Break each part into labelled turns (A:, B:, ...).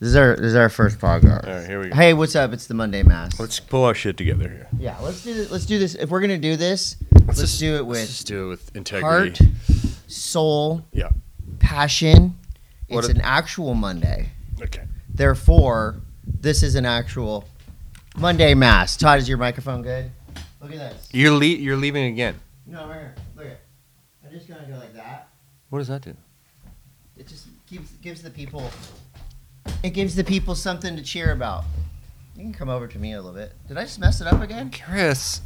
A: This is our this is our first podcast.
B: All right, here we go.
A: Hey, what's up? It's the Monday Mass.
B: Let's pull our shit together here.
A: yeah, let's do this. Let's do this. If we're gonna do this, let's,
B: just-
A: do it
B: Let's
A: with
B: just do it with
A: heart,
B: integrity.
A: soul,
B: Yeah.
A: passion.
B: What
A: It's
B: a-
A: an actual Monday.
B: Okay.
A: Therefore, this is an actual Monday Mass. Todd, is your microphone good? Look at this.
B: You're le- you're leaving again.
A: No, right here. Look at. I'm just gonna go like that.
B: What does that do?
A: It just gives gives the people. It gives the people something to cheer about. You can come over to me a little bit. Did I just mess it up again?
B: Chris,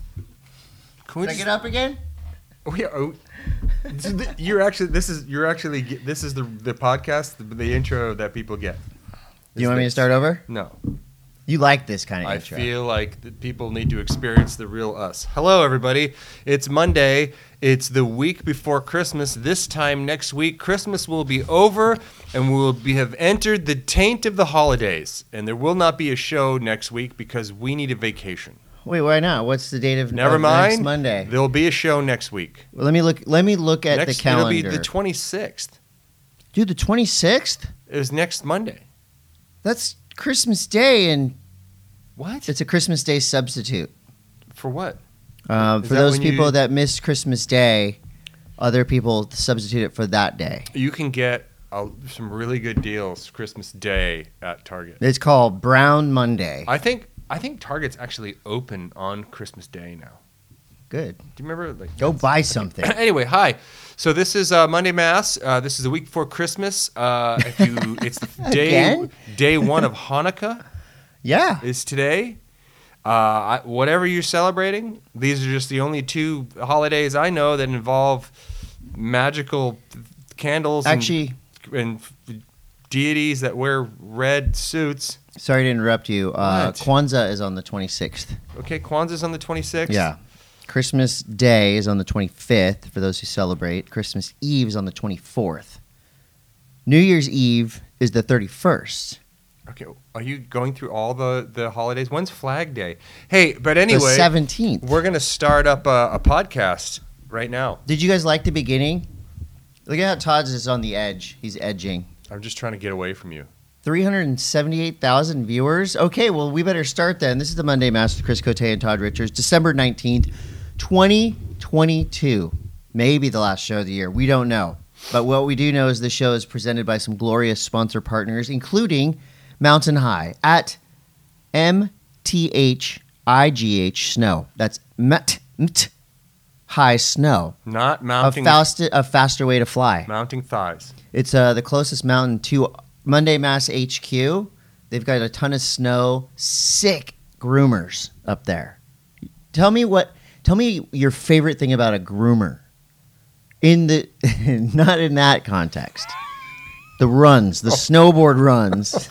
B: can we
A: Did I
B: just-
A: get up again?
C: We are, oh, so th- you're actually this is you're actually ge- this is the the podcast the, the intro that people get.
A: Do you want me to start over?
C: No,
A: You like this kind of
C: I
A: intro.
C: feel like the people need to experience the real us. Hello, everybody. It's Monday. It's the week before Christmas. This time next week, Christmas will be over, and we will be have entered the taint of the holidays. And there will not be a show next week because we need a vacation.
A: Wait, why not? What's the date of
C: Never
A: of
C: mind.
A: next Monday?
C: There'll be a show next week.
A: Well, let me look. Let me look at
C: next,
A: the calendar.
C: It'll be the 26th.
A: Dude, the twenty sixth.
C: It was next Monday.
A: That's Christmas Day, and
C: What?
A: it's a Christmas Day substitute.
C: For what?
A: Uh,
C: Is
A: for
C: that
A: those
C: when you-
A: people that missed Christmas Day, other people substitute it for that day.
C: You can get uh, some really good deals Christmas Day at Target.
A: It's called Brown Monday.
C: I think I think Target's actually open on Christmas Day now.
A: Good.
C: Do you remember? Like,
A: Go buy something.
C: anyway, hi. So this is uh, Monday Mass. Uh, this is the week before Christmas. Uh, if you, it's day
A: Again?
C: day one of Hanukkah
A: Yeah.
C: is today. Uh, I, whatever you're celebrating, these are just the only two holidays I know that involve magical candles. and-
A: Actually,
C: and deities that wear red suits.
A: sorry to interrupt you. Uh,
C: What?
A: Kwanzaa is on the 26th.
C: Okay, Kwanzaa's on the 26th.
A: Yeah. Christmas Day is on the 25th for those who celebrate. Christmas Eve is on the 24th. New Year's Eve is the 31st.
C: Okay, are you going through all the the holidays? When's Flag Day? Hey, but
A: the
C: anyway,
A: 17th.
C: we're gonna start up a, a podcast right now.
A: Did you guys like the beginning? Look at how Todd's is on the edge. He's edging.
C: I'm just trying to get away from you.
A: 378,000 viewers. Okay, well, we better start then. This is the Monday Master Chris Cote and Todd Richards, December 19th, 2022. Maybe the last show of the year. We don't know. But what we do know is the show is presented by some glorious sponsor partners, including Mountain High at MTHIGH Snow. That's Met Mt High Snow.
C: Not
A: A,
C: mounting
A: fast, a faster way to fly.
C: mounting thighs.
A: It's uh, the closest mountain to Monday Mass HQ. They've got a ton of snow, sick groomers up there. Tell me what. Tell me your favorite thing about a groomer. In the not in that context, the runs, the snowboard runs.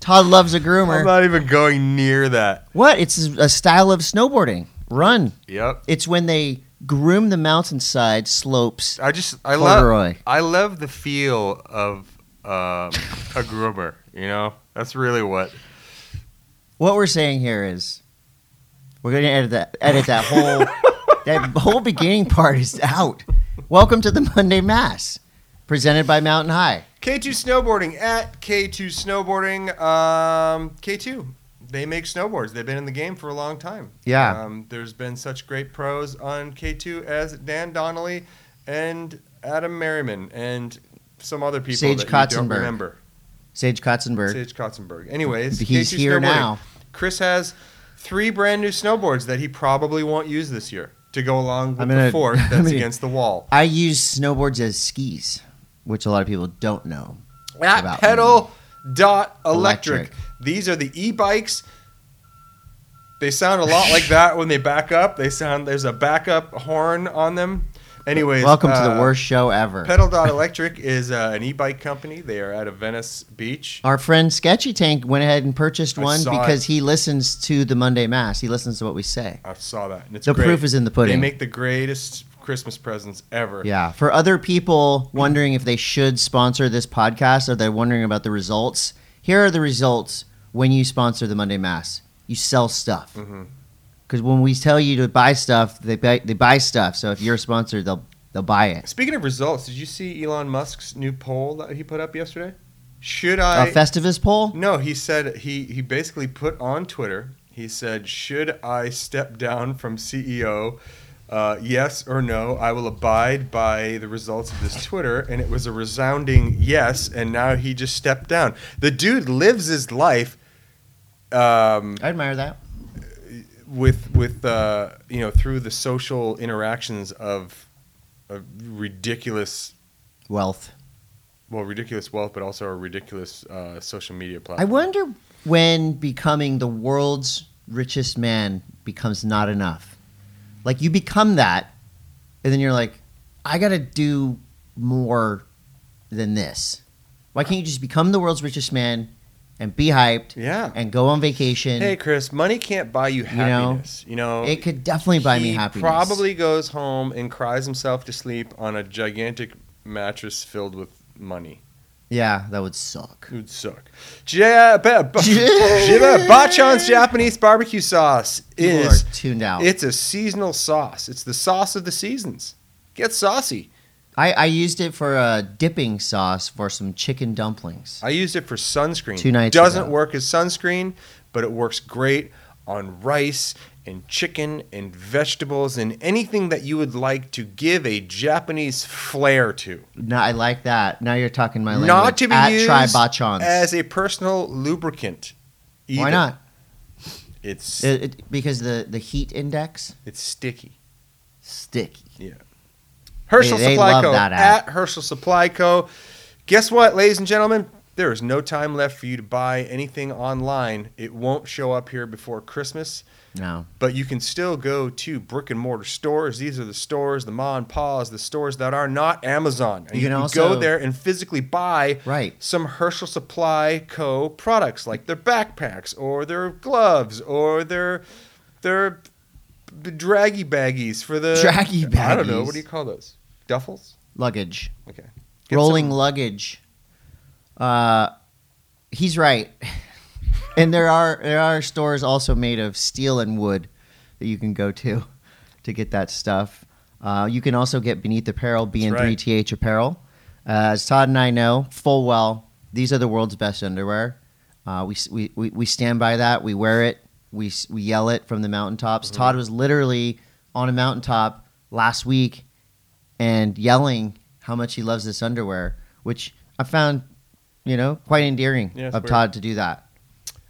A: Todd loves a
C: I'm
A: groomer.
C: not even going near that.
A: What? It's a style of snowboarding. Run.
C: Yep.
A: It's when they groom the mountainside slopes.
C: I just I love
A: Corduroy.
C: I love the feel of um, a groomer. You know, that's really what.
A: what we're saying here is we're going to edit that edit that whole that whole beginning part is out. Welcome to the Monday Mass, presented by Mountain High.
C: K2 Snowboarding at K2 Snowboarding. Um, K2, they make snowboards. They've been in the game for a long time.
A: Yeah.
C: Um, there's been such great pros on K2 as Dan Donnelly and Adam Merriman and some other people
A: Sage
C: that you don't
A: Kotzenberg.
C: remember.
A: Sage Kotzenberg.
C: Sage Kotzenberg. Anyways,
A: He's
C: K2
A: here
C: Snowboarding.
A: now.
C: Chris has three brand new snowboards that he probably won't use this year to go along with
A: I'm
C: the
A: gonna-
C: 4th
A: I'm
C: that's
A: gonna-
C: against the wall.
A: I use snowboards as skis, which a lot of people don't know.
C: at
A: about
C: pedal dot electric.
A: Electric.
C: These are the e-bikes. They sound a lot like that when they back up. They sound there's a backup horn on them. Anyways,
A: Welcome to
C: uh,
A: the worst show ever.
C: Pedal dot electric is uh, an e-bike company. They are out of Venice Beach.
A: Our friend Sketchy Tank went ahead and purchased
C: I
A: one
C: saw
A: because he listens to the Monday Mass. He listens to what we say.
C: I saw that. And it's
A: The
C: great.
A: proof is in the
C: They
A: pudding.
C: make the greatest Christmas presents ever.
A: Yeah. For other people wondering if they should sponsor this podcast or they're wondering about the results, here are the results when you sponsor the Monday Mass. You sell stuff. Because
C: Mhm.
A: when we tell you to buy stuff, they buy, they buy stuff. So if you're a sponsor, they'll they'll buy it.
C: Speaking of results, did you see Elon Musk's new poll that he put up yesterday? Should
A: A
C: I?
A: Festivus poll?
C: no, he said he he basically put on Twitter. He said, "Should I step down from CEO? Uh, yes or no? I will abide by the results of this Twitter." And it was a resounding yes. And now he just stepped down. The dude lives his life. Um,
A: I admire that.
C: with with uh, you know through the social interactions of, of ridiculous
A: Wealth.
C: well ridiculous wealth but also a ridiculous uh, social media
A: I
C: platform
A: wonder when becoming the world's richest man becomes not enough. Like you become that, and then you're like, I gotta do more than this. Why can't you just become the world's richest man and be hyped
C: yeah
A: and go on vacation?
C: hey chris money can't buy you
A: know,
C: happiness you know,
A: it could definitely buy me
C: he
A: happiness.
C: probably goes home and cries himself to sleep on a gigantic mattress filled with money
A: Yeah, that would suck.
C: It would suck. Ja- ba- ba- Jiba- Bachan's Japanese barbecue sauce
A: People
C: is
A: are tuned out.
C: It's a seasonal sauce. It's the sauce of the seasons. Get saucy.
A: I, I used it for a dipping sauce for some chicken dumplings.
C: I used it for sunscreen.
A: Two nights
C: Doesn't
A: ago.
C: work as sunscreen, but it works great on rice and chicken and vegetables and anything that you would like to give a Japanese flair to.
A: Now I like that. Now you're talking my language.
C: Not to be
A: At
C: used
A: Try Bachans.
C: as a personal lubricant.
A: Why
C: either.
A: not?
C: It's
A: It, it, because the, the heat index
C: it's sticky.
A: sticky.
C: Herschel
A: They- they
C: Supply
A: love
C: Co.
A: that app.
C: At Herschel Supply Co. Guess what, ladies and gentlemen? There is no time left for you to buy anything online. It won't show up here before Christmas,
A: No,
C: but you can still go to brick and mortar stores. These are the stores, the ma and pa's, the stores that are not Amazon. And
A: You
C: you,
A: can
C: can
A: also-
C: go there and physically buy
A: right.
C: some Herschel Supply Co. products like their backpacks or their gloves or their their b- draggy baggies for the
A: Draggy
C: I don't know
A: baggies.
C: what do you call those duffels.
A: Luggage.
C: Okay. Get
A: Rolling
C: some-
A: luggage. Uh, he's right. and there are there are stores also made of steel and wood that you can go to to get that stuff. Uh, you can also get Beneath Apparel,
C: right.
A: BN3TH Apparel. Uh, as Todd and I know full well, these are the world's best underwear. Uh, we, s- we, we, we stand by that. We wear it. We, s- we yell it from the mountaintops.
C: Mm-hmm.
A: Todd was literally on a mountaintop last week and yelling how much he loves this underwear, which I found, you know, quite endearing
C: Yeah,
A: of
C: it's weird.
A: Todd to do that.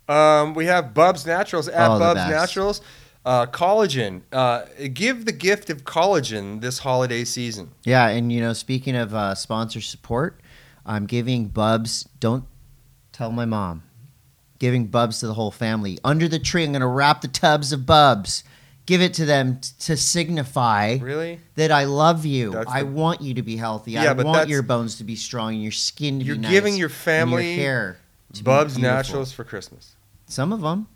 C: Um, we have Bubs Naturals at
A: Oh, the
C: Bubs
A: best.
C: Naturals. Uh, collagen. Uh, give the gift of collagen this holiday season.
A: Yeah, and you know, speaking of uh, sponsor support, I'm giving Bubs. Don't tell my mom. Giving Bubs to the whole family. Under the tree, I'm gonna wrap the tubs of Bubs. Give it to them t- to signify
C: Really?
A: that I love you.
C: That's
A: I
C: the-
A: want you to be healthy.
C: Yeah,
A: I
C: but
A: want
C: that's-
A: your bones to be strong and your skin to
C: You're
A: be nice.
C: giving your
A: and
C: family
A: hair to be
C: Bubs
A: beautiful.
C: Naturals for Christmas.
A: Some of them,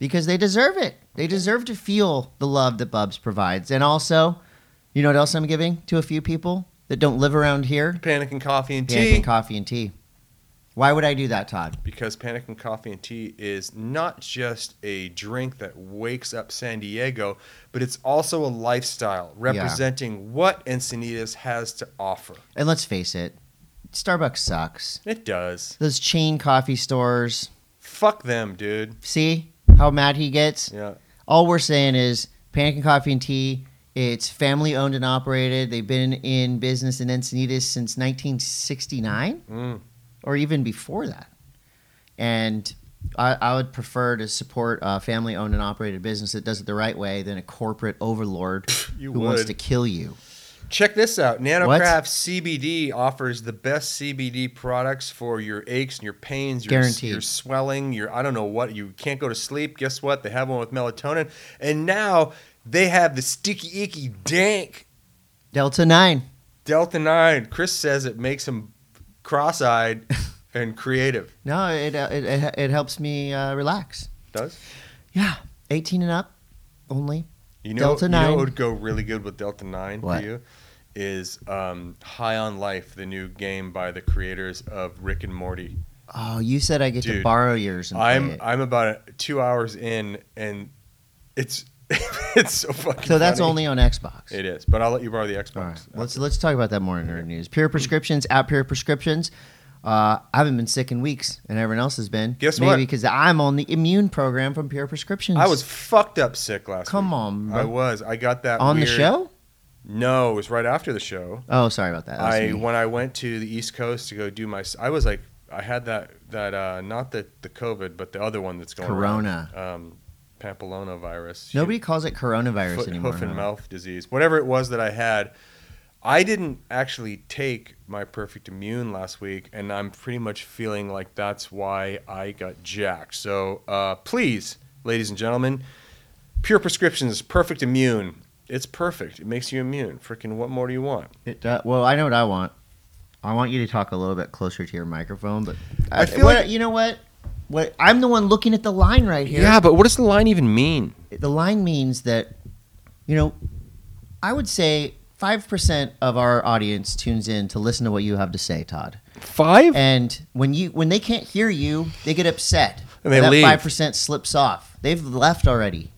A: because they deserve it. They deserve to feel the love that Bubs provides. And also, you know what else I'm giving to a few people that don't live around here?
C: Panic and coffee and
A: Panic
C: tea.
A: and coffee and tea. Why would I do that, Todd?
C: because Panic and Coffee and Tea is not just a drink that wakes up San Diego, but it's also a lifestyle representing what Encinitas has to offer.
A: And let's face it, Starbucks sucks.
C: It does.
A: Those chain coffee stores.
C: Fuck them, dude.
A: See how mad he gets?
C: Yeah.
A: All we're saying is Panic and Coffee and Tea. It's family owned and operated. They've been in business in Encinitas since 1969.
C: Mm.
A: or even before that. And I, I would prefer to support a family owned and operated business that does it the right way than a corporate overlord
C: You
A: who wants
C: would.
A: to kill you.
C: Check this out.
A: What?
C: NanoCraft CBD offers the best CBD products for your aches and your pains, your,
A: Guaranteed.
C: your swelling, your I don't know what. You can't go to sleep. Guess what? They have one with melatonin. And now they have the sticky icky dank
A: Delta 9.
C: Delta 9, Chris says it makes him cross eyed and creative.
A: No, it, uh, it, it, it helps me uh, relax.
C: Does?
A: Yeah. 18 and up only.
C: You know,
A: Delta
C: you know
A: 9.
C: what would go really good with Delta 9
A: What?
C: for you? Is um, High on Life, the new game by the creators of Rick and Morty.
A: Oh, you said I get to
C: Dude,
A: borrow yours and play
C: I'm
A: it.
C: I'm about two hours in, and it's it's so fucking.
A: so that's
C: funny.
A: only on Xbox.
C: It is, but I'll let you borrow the Xbox.
A: All right. Let's let's talk about that more in our news. Pure prescriptions at Pure Prescriptions. Uh, I haven't been sick in weeks, and everyone else has been.
B: Guess
A: Maybe
B: what?
A: because I'm on the immune program from Pure Prescriptions.
B: I was fucked up sick last
A: Come
B: week.
A: on,
B: I
A: bro.
B: was. I got that
A: on the
B: weird-
A: show.
B: No, it was right after the show.
A: Oh, sorry about that. That was
B: I
A: me.
B: when I went to the East Coast to go do my, I was like, I had that that uh, not the the COVID, but the other one that's going
A: Corona.
B: around, um, Papillona virus.
A: Nobody calls it coronavirus
B: foot,
A: anymore.
B: hoof and
A: huh?
B: mouth disease, whatever it was that I had. I didn't actually take my perfect immune last week, and I'm pretty much feeling like that's why I got jacked. So uh, please, ladies and gentlemen, pure prescriptions, perfect immune. It's perfect. It makes you immune. Freaking, what more do you want?
A: It do- well, I know what I want. I want you to talk a little bit closer to your microphone, but I,
B: I feel
A: what-
B: like-
A: you know what? What I'm the one looking at the line right here.
B: Yeah, but what does the line even mean?
A: The line means that, you know, I would say five percent of our audience tunes in to listen to what you have to say, Todd.
B: Five?
A: And when you when they can't hear you, they get upset.
B: And they
A: that
B: leave.
A: five percent slips off. They've left already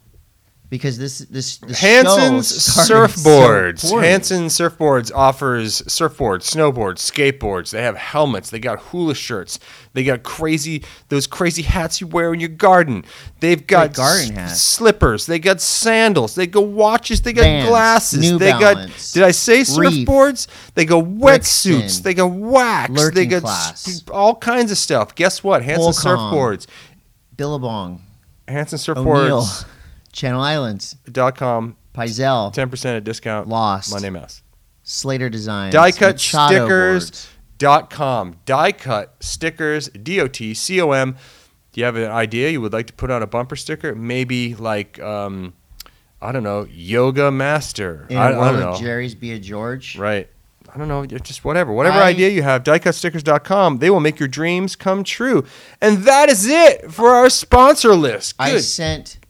A: because this this, this show
B: Hanson's
A: started so
B: surfboards.
A: poorly.
B: Hanson Surfboards offers surfboards, snowboards, skateboards. They have helmets. They got hula shirts. They got crazy those crazy hats you wear in your garden. They've got
A: garden hat.
B: slippers. They got sandals. They got watches. They got
A: Vans,
B: glasses.
A: New
B: they
A: Balance,
B: got did I say
A: Reef,
B: surfboards? They got wetsuits.
A: Brixton,
B: They got wax. They
A: Lurking
B: got
A: Class.
B: st- all kinds of stuff. Guess what? Hanson
A: Volcom.
B: Surfboards.
A: Billabong,
B: Hanson
A: O'Neill,
B: Surfboards
A: Channel Islands,
B: dot com.
A: Paisel,
B: Ten percent discount.
A: Lost,
B: Monday Mouse.
A: Slater Design,
B: die-cut stickers dot com die cut stickers dot com do you have an idea you would like to put on a bumper sticker maybe like um i don't know yoga master
A: In
B: I,
A: I,
B: I don't
A: World
B: know
A: of Jerry's, be a George.
B: right i don't know just whatever whatever
A: I-
B: idea you have diecutstickers.com they will make your dreams come true and that is it for our sponsor list good
A: I sent I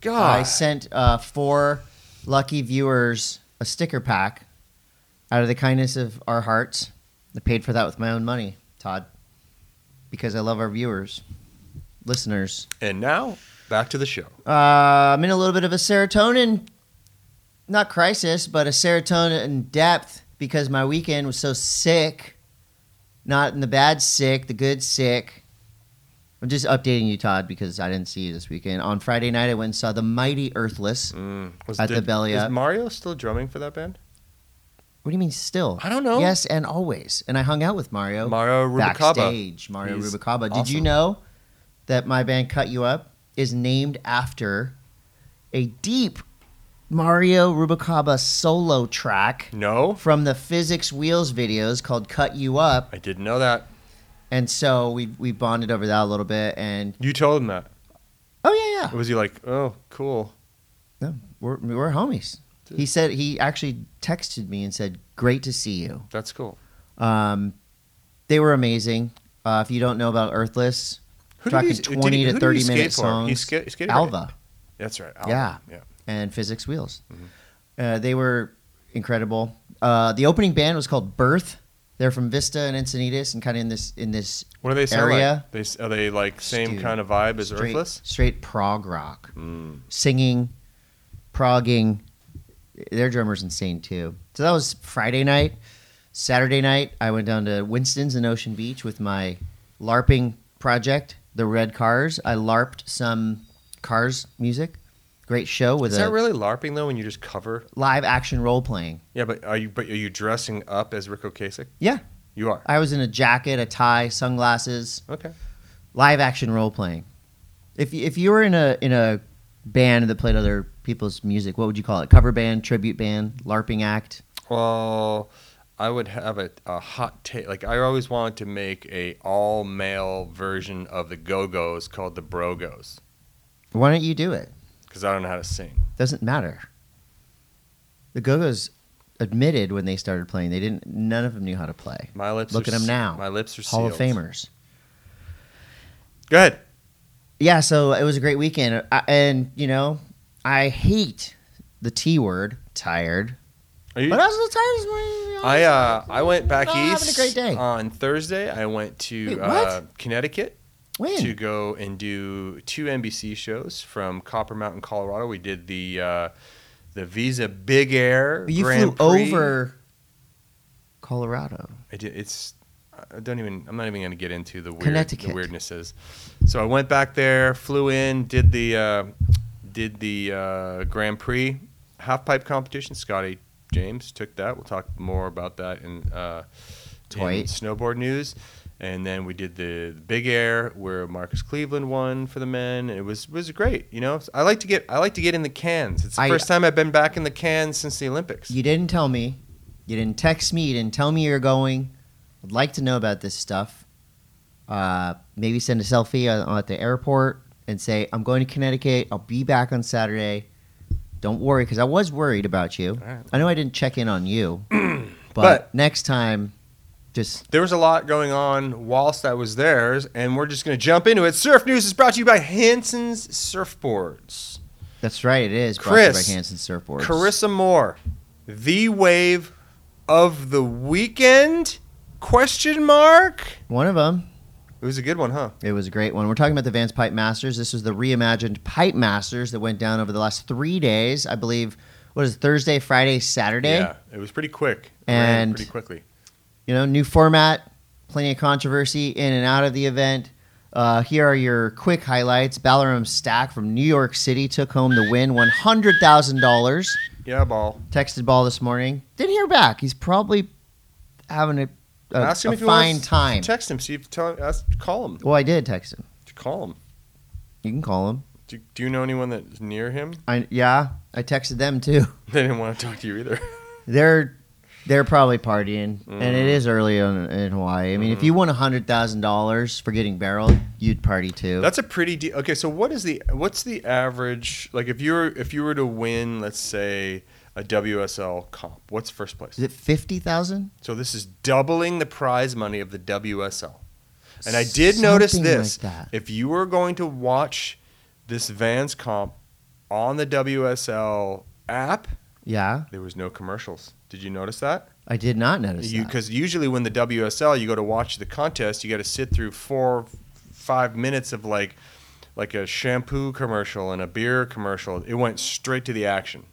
B: god
A: sent uh, four lucky viewers a sticker pack out of the kindness of our hearts. I paid for that with my own money, Todd, because I love our viewers, listeners.
B: and now back to the show
A: Uh, I'm in a little bit of a serotonin, not crisis, but a serotonin depth because my weekend was so sick. Not in the bad sick, the good sick. I'm just updating you, Todd, because I didn't see you this weekend. On Friday night, I went and saw The Mighty Earthless.
B: Mm, was,
A: At the belly
B: is
A: up.
B: mario still drumming for that band
A: What do you mean still?
B: I don't know.
A: Yes, and always. And I hung out with Mario.
B: mario rubicaba
A: backstage. Mario
B: He's
A: Rubicaba. Did you
B: awesome.
A: know that my band Cut You Up is named after a deep Mario Rubicaba solo track
B: no
A: from the Physics Wheels videos called Cut You Up?
B: i didn't know that
A: And so we we bonded over that a little bit and
B: You told him that.
A: oh yeah, yeah.
B: Was he like, oh, cool?
A: No, we're we're homies. He said he actually texted me and said, "Great to see you."
B: That's cool.
A: Um, they were amazing. Uh, if you don't know about Earthless,
B: Who
A: Tracking
B: did he-
A: 20
B: did he-
A: to
B: who did
A: 30
B: he skate
A: minute
B: for? He,
A: songs.
B: ska- he skated for-
A: Alva
B: That's right. Alva.
A: Yeah.
B: Yeah. Mm-hmm.
A: and Physics Wheels, uh, they were incredible. Uh, the opening band was called Birth. They're from Vista and Encinitas, and kind of in this in this
B: What are they sound
A: Area.
B: like? They, s- are they like same
A: Dude,
B: kind of vibe as
A: straight,
B: Earthless? Mm.
A: straight prog rock, singing, progging. Their drummer's insane too. So that was Friday night. Saturday night, I went down to Winston's in Ocean Beach with my LARPing project, the Red Cars. I LARPed some Cars music. Great show with
B: Is
A: a
B: that really LARPing though when you just cover?
A: live action role playing.
B: Yeah, but are you but are you dressing up as Rick Ocasek?
A: Yeah,
B: You are.
A: I was in a jacket, a tie, sunglasses.
B: Okay.
A: live action role playing. If you- if you were in a in a band that played other people's music, what would you call it? Cover band, tribute band, LARPing act.
B: Well, I would have a, a hot take. Like I always wanted to make a all male version of the Go Go's called the Bro Go's
A: Why don't you do it?
B: because I don't know how to sing.
A: Doesn't matter. The Go Go's admitted when they started playing they didn't. None of them knew how to play.
B: My lips.
A: Look
B: are
A: at 'em
B: se-
A: now.
B: My lips are
A: Hall of
B: sealed.
A: Famers.
B: Go ahead.
A: Yeah, so it was a great weekend, I, and you know, I hate the T word, tired.
B: Are you,
A: But I was a little tired this morning. to be
B: I
A: honest.
B: uh, I went back
A: Oh, having a
B: east uh,
A: great day.
B: on Thursday. I went to
A: Wait, what?
B: uh, Connecticut
A: when
B: to go and do two NBC shows from Copper Mountain, Colorado. We did the uh, the Visa Big Air.
A: you
B: Grand
A: flew
B: Prix.
A: over Colorado.
B: I did, it's I don't even. I'm not even going to get into the weird the
A: Connecticut.
B: weirdnesses. So I went back there, flew in, did the uh, did the uh, Grand Prix half pipe competition. Scotty James took that. We'll talk more about that in, uh, in
A: Dwight.
B: snowboard news. And then we did the, the Big Air where Marcus Cleveland won for the men. It was was great. You know, I like to get I like to get in the cans. It's the
A: I-
B: first time I've been back in the cans since the Olympics.
A: You didn't tell me. You didn't text me. You didn't tell me you're going. I'd like to know about this stuff. Uh, maybe send a selfie uh, at the airport and say, I'm going to Connecticut. I'll be back on Saturday. Don't worry, because I was worried about you.
B: right.
A: I know I didn't check in on you. but,
B: But-
A: next time, just
B: There was a lot going on whilst I was there, and we're just going to jump into it. Surf News is brought to you by Hanson's Surfboards.
A: that's right. It is brought to you
B: Chris.
A: by Hanson Surfboards.
B: Carissa Moore, the wave of the weekend? Question mark.
A: One of them.
B: It was a good one, huh?
A: It was a great one. We're talking about the Vance Pipe Masters. This was the reimagined Pipe Masters that went down over the last three days. I believe, what is it, Thursday, Friday, Saturday?
B: Yeah, it was pretty quick. It ran
A: And-
B: pretty quickly.
A: You know, new format, plenty of controversy in and out of the event. Uh, here are your quick highlights. Ballaram Stack from New York City took home the win, $100,000.
B: Yeah, ball.
A: Texted Ball this morning. Didn't hear back. He's probably having a, a,
B: Ask him
A: a
B: if he
A: fine
B: wants-
A: time.
B: Text him. See if tell him. Ask, call him.
A: well, I did text him.
B: Call him.
A: You can call him.
B: Do, do you know anyone that's near him?
A: I, yeah, I texted them too.
B: They didn't want to talk to you either.
A: they're they're probably partying,
B: Mm-hmm.
A: and it is early on in Hawaii. I mean, if you won hundred thousand dollars for getting barreled, you'd party too.
B: That's a pretty de- okay. So what is the what's the average like if you were if you were to win, let's say a WSL comp, what's first place?
A: is it fifty thousand?
B: So this is doubling the prize money of the WSL. And I did notice
A: Something like
B: this:
A: that.
B: if you were going to watch this Vans comp on the WSL app,
A: Yeah,
B: there was no commercials. Did you notice that?
A: I did not notice that.
B: Because usually when the WSL, you go to watch the contest, you got to sit through four, five minutes of like, like a shampoo commercial and a beer commercial. It went straight to the action.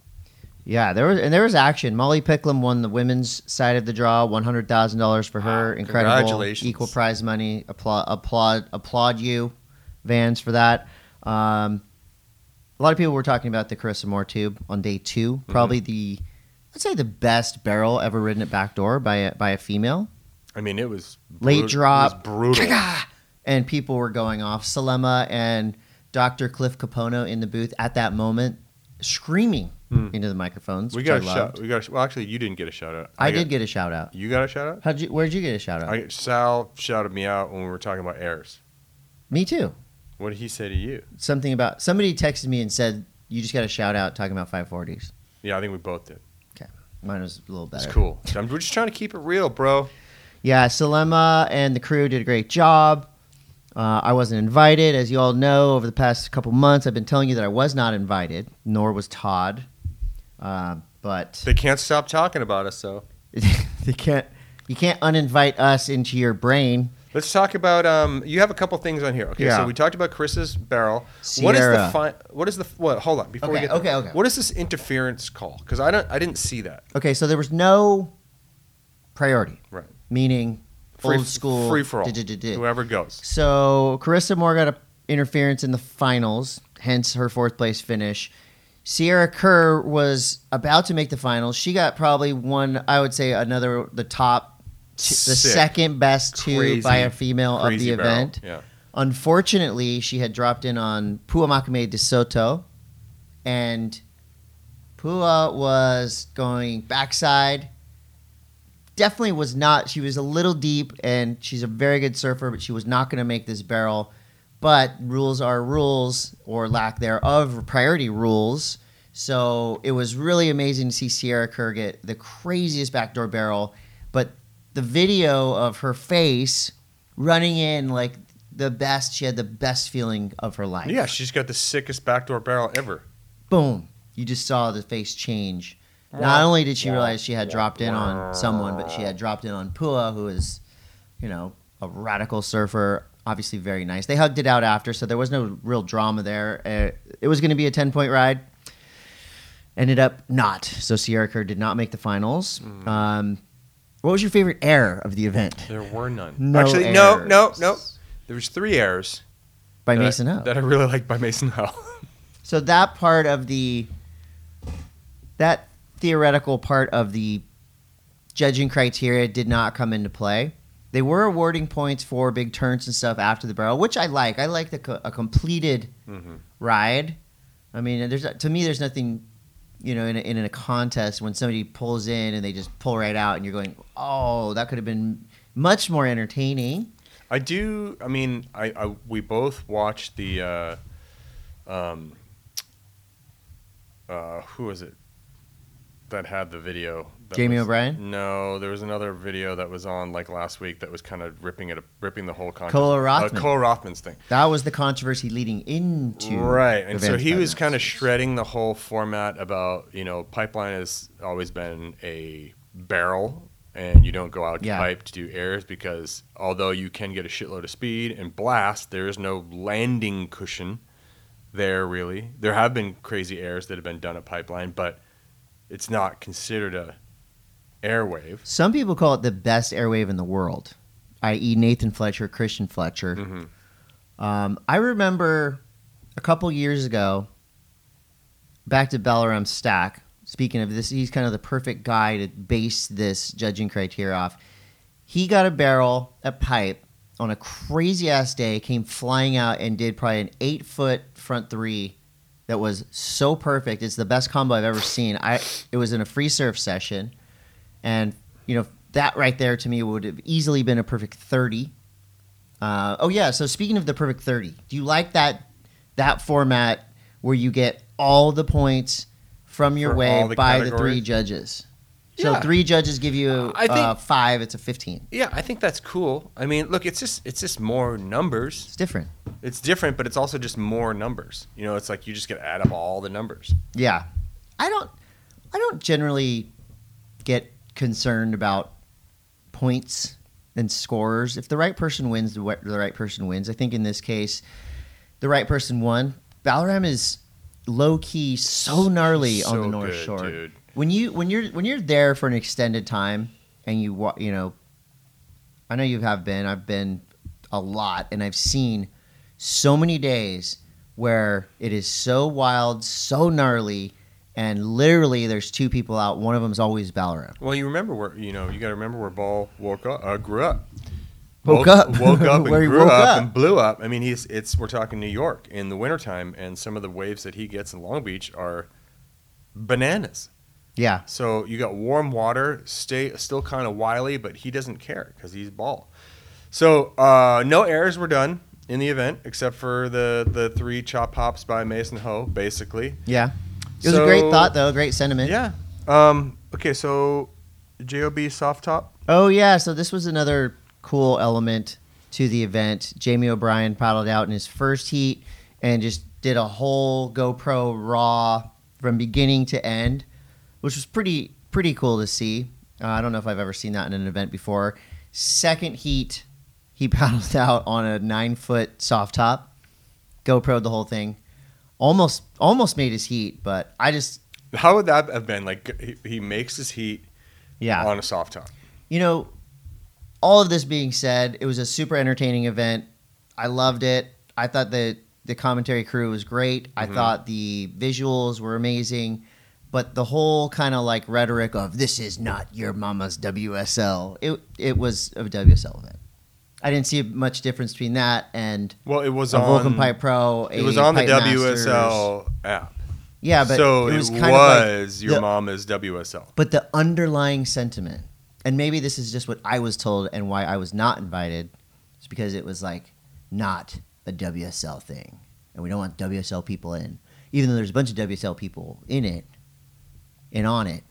A: Yeah, there was and there was action. Molly Picklum won the women's side of the draw, one hundred thousand dollars for her.
B: Wow,
A: Incredible,
B: congratulations.
A: equal prize money. Applaud, applaud, applaud you, Vans, for that. Um, a lot of people were talking about the Carissa Moore tube on day two.
B: Mm-hmm.
A: Probably the, I'd say the best barrel ever ridden at backdoor by a, by a female.
B: I mean, it was
A: Late
B: brut- it
A: drop.
B: was brutal.
A: and people were going off. Salema and Dr. Cliff Capono in the booth at that moment, screaming into the microphones.
B: Hmm. We
A: which
B: got
A: I
B: a
A: loved.
B: shout. We got. A, sh- well, actually, you didn't get a shout out.
A: I
B: got-
A: did get a shout out.
B: You got a shout out.
A: How'd you, where'd you get a shout out?
B: I Sal shouted me out when we were talking about errors.
A: Me too.
B: What did he say to you?
A: Something about somebody texted me and said you just got a shout out talking about 540s.
B: Yeah, I think we both did.
A: Mine was a little better.
B: It's cool. So I'm- we're just trying to keep it real, bro.
A: Yeah, Salema and the crew did a great job. Uh, I wasn't invited, as you all know. Over the past couple months, I've been telling you that I was not invited, nor was Todd. Uh, but
B: They can't stop talking about us, so
A: they can't you can't uninvite us into your brain.
B: let's talk about. Um, you have a couple things on here. Okay,
A: Yeah.
B: so we talked about Chris's barrel. What is the
A: Sierra.
B: fi- What is the what? Hold on, before we
A: Okay,
B: get there.
A: okay, okay.
B: What is this interference call? Because I don't, I didn't see that.
A: Okay, so there was no priority.
B: Right.
A: Meaning
B: Free-
A: old school
B: free for all.
A: duh-duh-duh-duh.
B: Whoever goes.
A: So Carissa Moore got a interference in the finals, hence her fourth place finish. Sierra Kerr was about to make the finals. She got probably one, I would say another the top t- the
B: Sick.
A: second best two
B: Crazy-
A: by a female of
B: crazy
A: the
B: barrel.
A: event.
B: Yeah.
A: Unfortunately, she had dropped in on Pua Makame de Soto, and Pua was going backside. Definitely was not. She was a little deep, and she's a very good surfer, but she was not going to make this barrel. But rules are rules, or lack thereof, priority rules. So it was really amazing to see Sierra Kerr get the craziest backdoor barrel. But the video of her face running in like the best, she had the best feeling of her life.
B: Yeah, she's got the sickest backdoor barrel ever.
A: Boom. You just saw the face change. Not only did she realize she had dropped in on someone, but she had dropped in on Pua, who is, you know, a radical surfer. Obviously, very nice. They hugged it out after, so there was no real drama there. Uh, it was going to be a 10 point ride ended up not. So Sierra Kerr did not make the finals. Um, What was your favorite error of the event?
B: There were none.
A: No
C: Actually, no,
A: errors.
C: no, no. Uh, There was three errors
A: By
C: that I-
A: Mason Up.
C: that I really liked by Mason Ho.
A: So that part of the that theoretical part of the judging criteria did not come into play. They were awarding points for big turns and stuff after the barrel, which I like. I like the co- a completed
B: Mm-hmm.
A: ride. I mean, there's to me, there's nothing, you know, in a, in a contest when somebody pulls in and they just pull right out, and you're going, oh, that could have been much more entertaining.
B: I do. I mean, I, I we both watched the. Uh, um, uh, who was it that had the video? that
A: Jamie
B: was-
A: O'Brien?
B: No, there was another video that was on like last week that was kind of ripping it, ripping the whole contest.
A: Cole
B: uh,
A: Rothman.
B: Cole Rothman's thing.
A: That was the controversy leading into
B: right and so
A: Advanced
B: he was
A: Badmasters.
B: kind of shredding the whole format about you know pipeline has always been a barrel and you don't go out
A: Yeah.
B: pipe to do airs because although you can get a shitload of speed and blast there is no landing cushion there really there have been crazy airs that have been done at pipeline but it's not considered a airwave
A: Some people call it the best airwave in the world, i.e., Nathan Fletcher, Christian Fletcher.
B: Mhm.
A: Um, I remember a couple years ago, back to Bellarum Stack. Speaking of this, he's kind of the perfect guy to base this judging criteria off. He got a barrel, a pipe, on a crazy ass day, came flying out and did probably an eight foot front three that was so perfect. It's the best combo I've ever seen. I it was in a free surf session, and you know that right there to me would have easily been a perfect thirty. Uh, oh yeah. So speaking of the perfect thirty, do you like that that format where you get all the points from your
B: For all
A: way
B: the
A: by the
B: categories?
A: three judges? So
B: Yeah.
A: three judges give you
B: I think-
A: uh, five. It's a fifteen.
B: yeah i think that's cool i mean look it's just it's just more numbers
A: It's different.
B: it's different but it's also just more numbers you know it's like you just get to add up all the numbers
A: Yeah. I don't. I don't generally get concerned about points and scores. If the right person wins, the, wa- the right person wins. I think in this case, the right person won. Valram is low key so gnarly on the
B: So
A: North
B: good,
A: Shore.
B: dude.
A: When you when you're when you're there for an extended time and you wa- you know, I know you have been. I've been a lot, and I've seen so many days where it is so wild, so gnarly, and literally there's two people out. One of them's always Valram.
B: Well, you remember where you know you got to remember where Ball woke up, uh, grew up,
A: Woke up.
B: woke up, and
A: Where he
B: grew
A: woke
B: up,
A: up.
B: and blew up. I mean, he's it's we're talking New York in the wintertime, and some of the waves that he gets in Long Beach are bananas.
A: Yeah.
B: So you got warm water, stay still kind of wily, but he doesn't care because he's Ball. So uh, no errors were done in the event except for the the three chop hops by Mason Ho, basically.
A: Yeah. It was a great
B: So-
A: thought, though. a Great sentiment.
B: Yeah. Um, okay, so Job soft top.
A: Oh yeah. So this was another cool element to the event. Jamie O'Brien paddled out in his first heat and just did a whole GoPro raw from beginning to end, which was pretty pretty cool to see. Uh, I don't know if I've ever seen that in an event before. Second heat, he paddled out on a nine foot soft top, GoPro the whole thing. Almost almost made his heat, but I just
B: How would that have been? Like he, he makes his heat
A: yeah.
B: on a soft top.
A: you know, all of this being said, it was a super entertaining event. I loved it. I thought that the commentary crew was great.
B: Mm-hmm.
A: I thought the visuals were amazing. But the whole kind of like rhetoric of this is not your mama's WSL, it, it was a WSL event. I didn't see much difference between that and
B: Well, it was
A: a
B: on
A: Vulcan Pipe Pro.
B: It
A: a
B: was on the
A: Pipe Masters.
B: WSL app.
A: Yeah, but
B: so
A: it was kind of like
B: was your
A: the-
B: mama's WSL.
A: but the underlying sentiment and maybe this is just what i was told and why i was not invited is because it was like not a wsl thing and we don't want wsl people in even though there's a bunch of wsl people in it and on it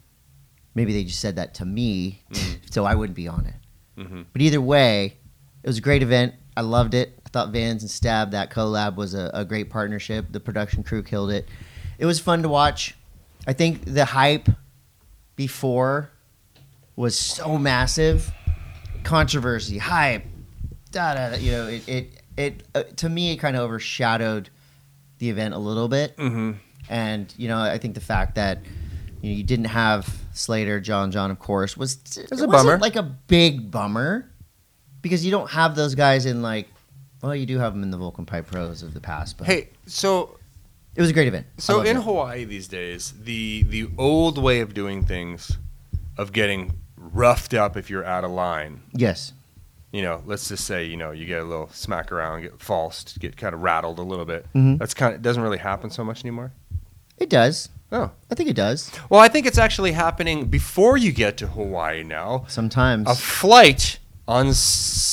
A: maybe they just said that to me so i wouldn't be on it
B: Mhm.
A: but either way it was a great event i loved it i thought vans and stab that collab was a, a great partnership the production crew killed it it was fun to watch i think the hype before was so massive. Controversy, hype, da da. da you know, it it, it uh, to me it kind of overshadowed the event a little bit.
C: Mm-hmm.
B: Mhm.
A: And you know, I think the fact that you know, you didn't have Slater, John, John, of course, was it
C: was a
A: wasn't
C: bummer.
A: like a big bummer because you don't have those guys in like. Well, you do have them in the Vulcan Pipe Pros of the past, but
C: Hey, so
A: it was a great event. I
B: So
A: loved
B: in
A: it.
B: Hawaii these days, the the old way of doing things, of getting roughed up if you're out of line.
A: yes,
B: You know, let's just say you know you get a little smack around, get falsed, get kind of rattled a little bit.
A: Mhm.
B: That's kind of it doesn't really happen so much anymore.
A: it does.
B: Oh.
A: I think it does
B: Well, I think it's actually happening before you get to Hawaii now.
A: sometimes.
B: a flight on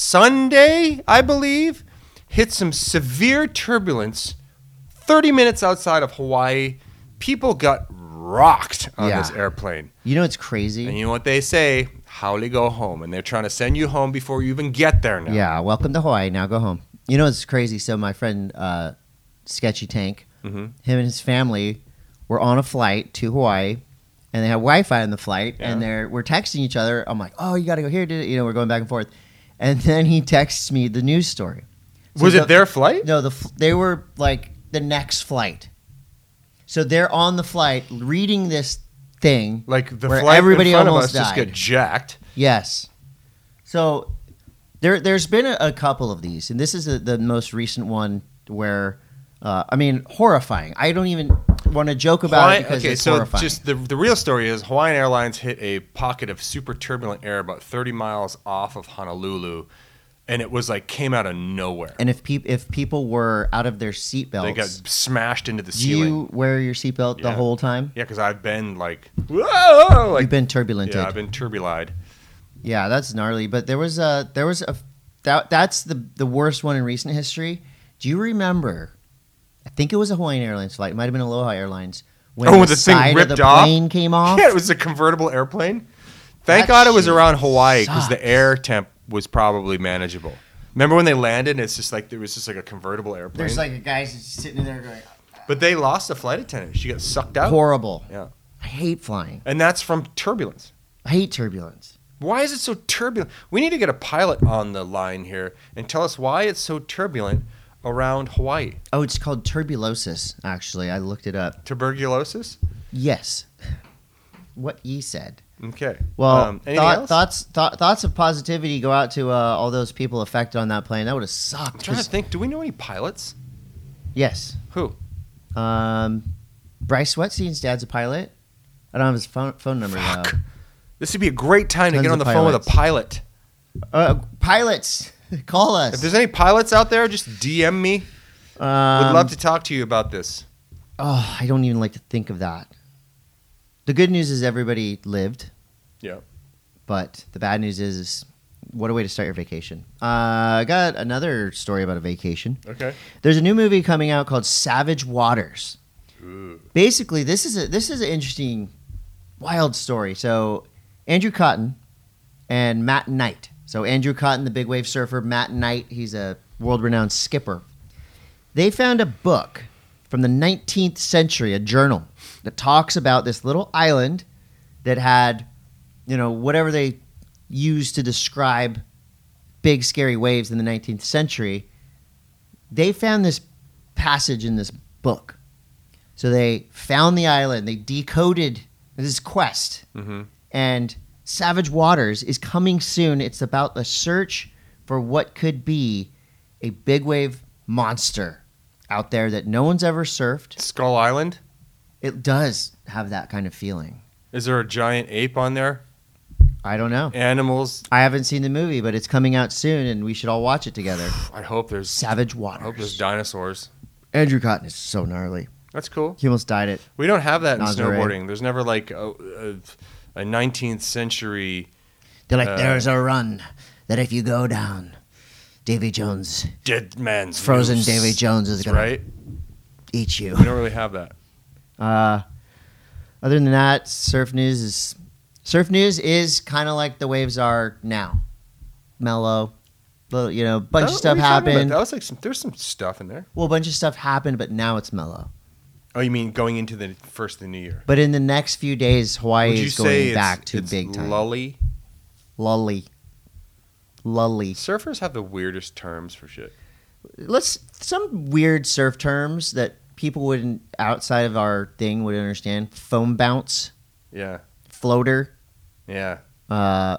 B: Sunday, I believe, hit some severe turbulence 30 minutes outside of Hawaii. People got rocked on
A: Yeah.
B: this airplane.
A: you know, it's crazy.
B: And you know what they say? Howley go home. And they're trying to send you home before you even get there now.
A: Yeah, welcome to Hawaii. Now go home. You know it's crazy. So my friend uh, Sketchy Tank,
B: Mhm.
A: him and his family were on a flight to Hawaii, and they had Wi-Fi on the flight, and
B: Yeah.
A: they're we're texting each other. I'm like, oh, you got to go here, dude. You know, we're going back and forth, and then he texts me the news story. So
B: Was
A: the-
B: it their flight?
A: No, the fl- they were like the next flight. So they're on the flight reading this thing.
B: Like the
A: Where
B: flight
A: everybody
B: in front of
A: almost
B: us just
A: died.
B: got jacked.
A: Yes. So there, there's been a, a couple of these, and this is the the most recent one where, uh, I mean, horrifying. I don't even want to joke about
B: Hawaii-
A: it because
B: okay,
A: it's
B: so
A: horrifying.
B: just the, the real story is Hawaiian Airlines hit a pocket of super turbulent air about 30 miles off of Honolulu, and it was like came out of nowhere.
A: and if peop if people were out of their
B: they got
A: seatbelts,
B: smashed into the
A: do
B: ceiling.
A: you wear your seatbelt the
B: Yeah.
A: whole time?
B: yeah, because I've been like, whoa, like
A: You've been turbulented.
B: yeah,
A: Yeah,
B: I've been turbulide.
A: that's gnarly. But there was a there was a that that's the the worst one in recent history. Do you remember? I think it was a Hawaiian Airlines flight. It might have been Aloha Airlines. When
B: Oh, when the thing
A: side of
B: ripped
A: the
B: off?
A: plane came off.
B: Yeah, it was a convertible airplane.
A: That
B: Thank God it was
A: shit
B: around Hawaii because the
A: sucks.
B: air temp was probably manageable. Remember when they landed? and It's just like there was just like a convertible airplane.
A: There's like a guy sitting in there going, "Oh."
B: but they lost a flight attendant. She got sucked out,
A: horrible.
B: Yeah.
A: I hate flying.
B: and that's from turbulence.
A: I hate turbulence.
B: Why is it so turbulent? We need to get a pilot on the line here and tell us why it's so turbulent around Hawaii.
A: Oh, it's called turbulosis, actually. I looked it up.
B: Tuberculosis.
A: Yes. What ye said.
B: Okay.
A: Well,
B: Um, anything
A: thought-
B: else?
A: thoughts thought, thoughts of positivity go out to uh, all those people affected on that plane. That would have
B: I'm
A: sucked.
B: trying to
A: 'cause-
B: think. Do we know any pilots?
A: Yes.
B: Who?
A: Um, Bryce Wetstein's dad's a pilot. I don't have his phone, phone number
B: Fuck. This would be a great time to
A: Tons
B: get on the
A: of
B: phone with a pilot.
A: though. Uh, pilots, call us.
B: If there's any pilots out there, just DM me. Would
A: Um,
B: love to talk to you about this.
A: Oh, I don't even like to think of that. The good news is everybody lived.
B: Yeah.
A: But the bad news is, is what a way to start your vacation. Uh, I got another story about a vacation.
B: Okay.
A: There's a new movie coming out called Savage Waters.
B: Ooh.
A: Basically, this is a this is an interesting, wild story. So, Andrew Cotton and Matt Knight. So Andrew Cotton, the big wave surfer, Matt Knight, he's a world-renowned skipper. They found a book from the 19th century, a journal that talks about this little island that had, you know, whatever they used to describe big scary waves in the 19th century. They found this passage in this book. So they found the island, they decoded this quest
B: Mm-hmm.
A: and Savage Waters is coming soon. It's about the search for what could be a big wave monster out there that no one's ever surfed.
B: Skull Island.
A: It does have that kind of feeling.
B: Is there a giant ape on there?
A: I don't know.
B: Animals.
A: I haven't seen the movie, but it's coming out soon and we should all watch it together.
B: I hope there's.
A: Savage
B: I hope there's
A: Waters.
B: dinosaurs.
A: Andrew Cotton is so gnarly.
B: That's cool.
A: He almost died it.
B: We don't have that in
A: Nazare.
B: snowboarding. There's never like a, a, a 19th century
A: They're like,
B: Uh,
A: there's a run that if you go down, Davy Jones,
B: dead man's
A: frozen
B: noose.
A: Davy Jones is going
B: Right?
A: to eat you.
B: We don't really have that.
A: Uh, other than that, surf news is surf news is kind of like the waves are now, mellow. Little, you know, bunch of
B: What
A: stuff
B: are you talking about?
A: happened.
B: That was like some, there's some stuff in there.
A: Well, a bunch of stuff happened, but now it's mellow.
B: Oh, you mean going into the first of the new year?
A: But in the next few days, Hawaii
B: Would you
A: is
B: say
A: going
B: it's-
A: back to
B: it's
A: big time.
B: Lully.
A: Lully, lully.
B: Surfers have the weirdest terms for shit.
A: Let's some weird surf terms that people wouldn't outside of our thing would understand. Foam bounce.
B: Yeah.
A: floater,
B: Yeah.
A: uh,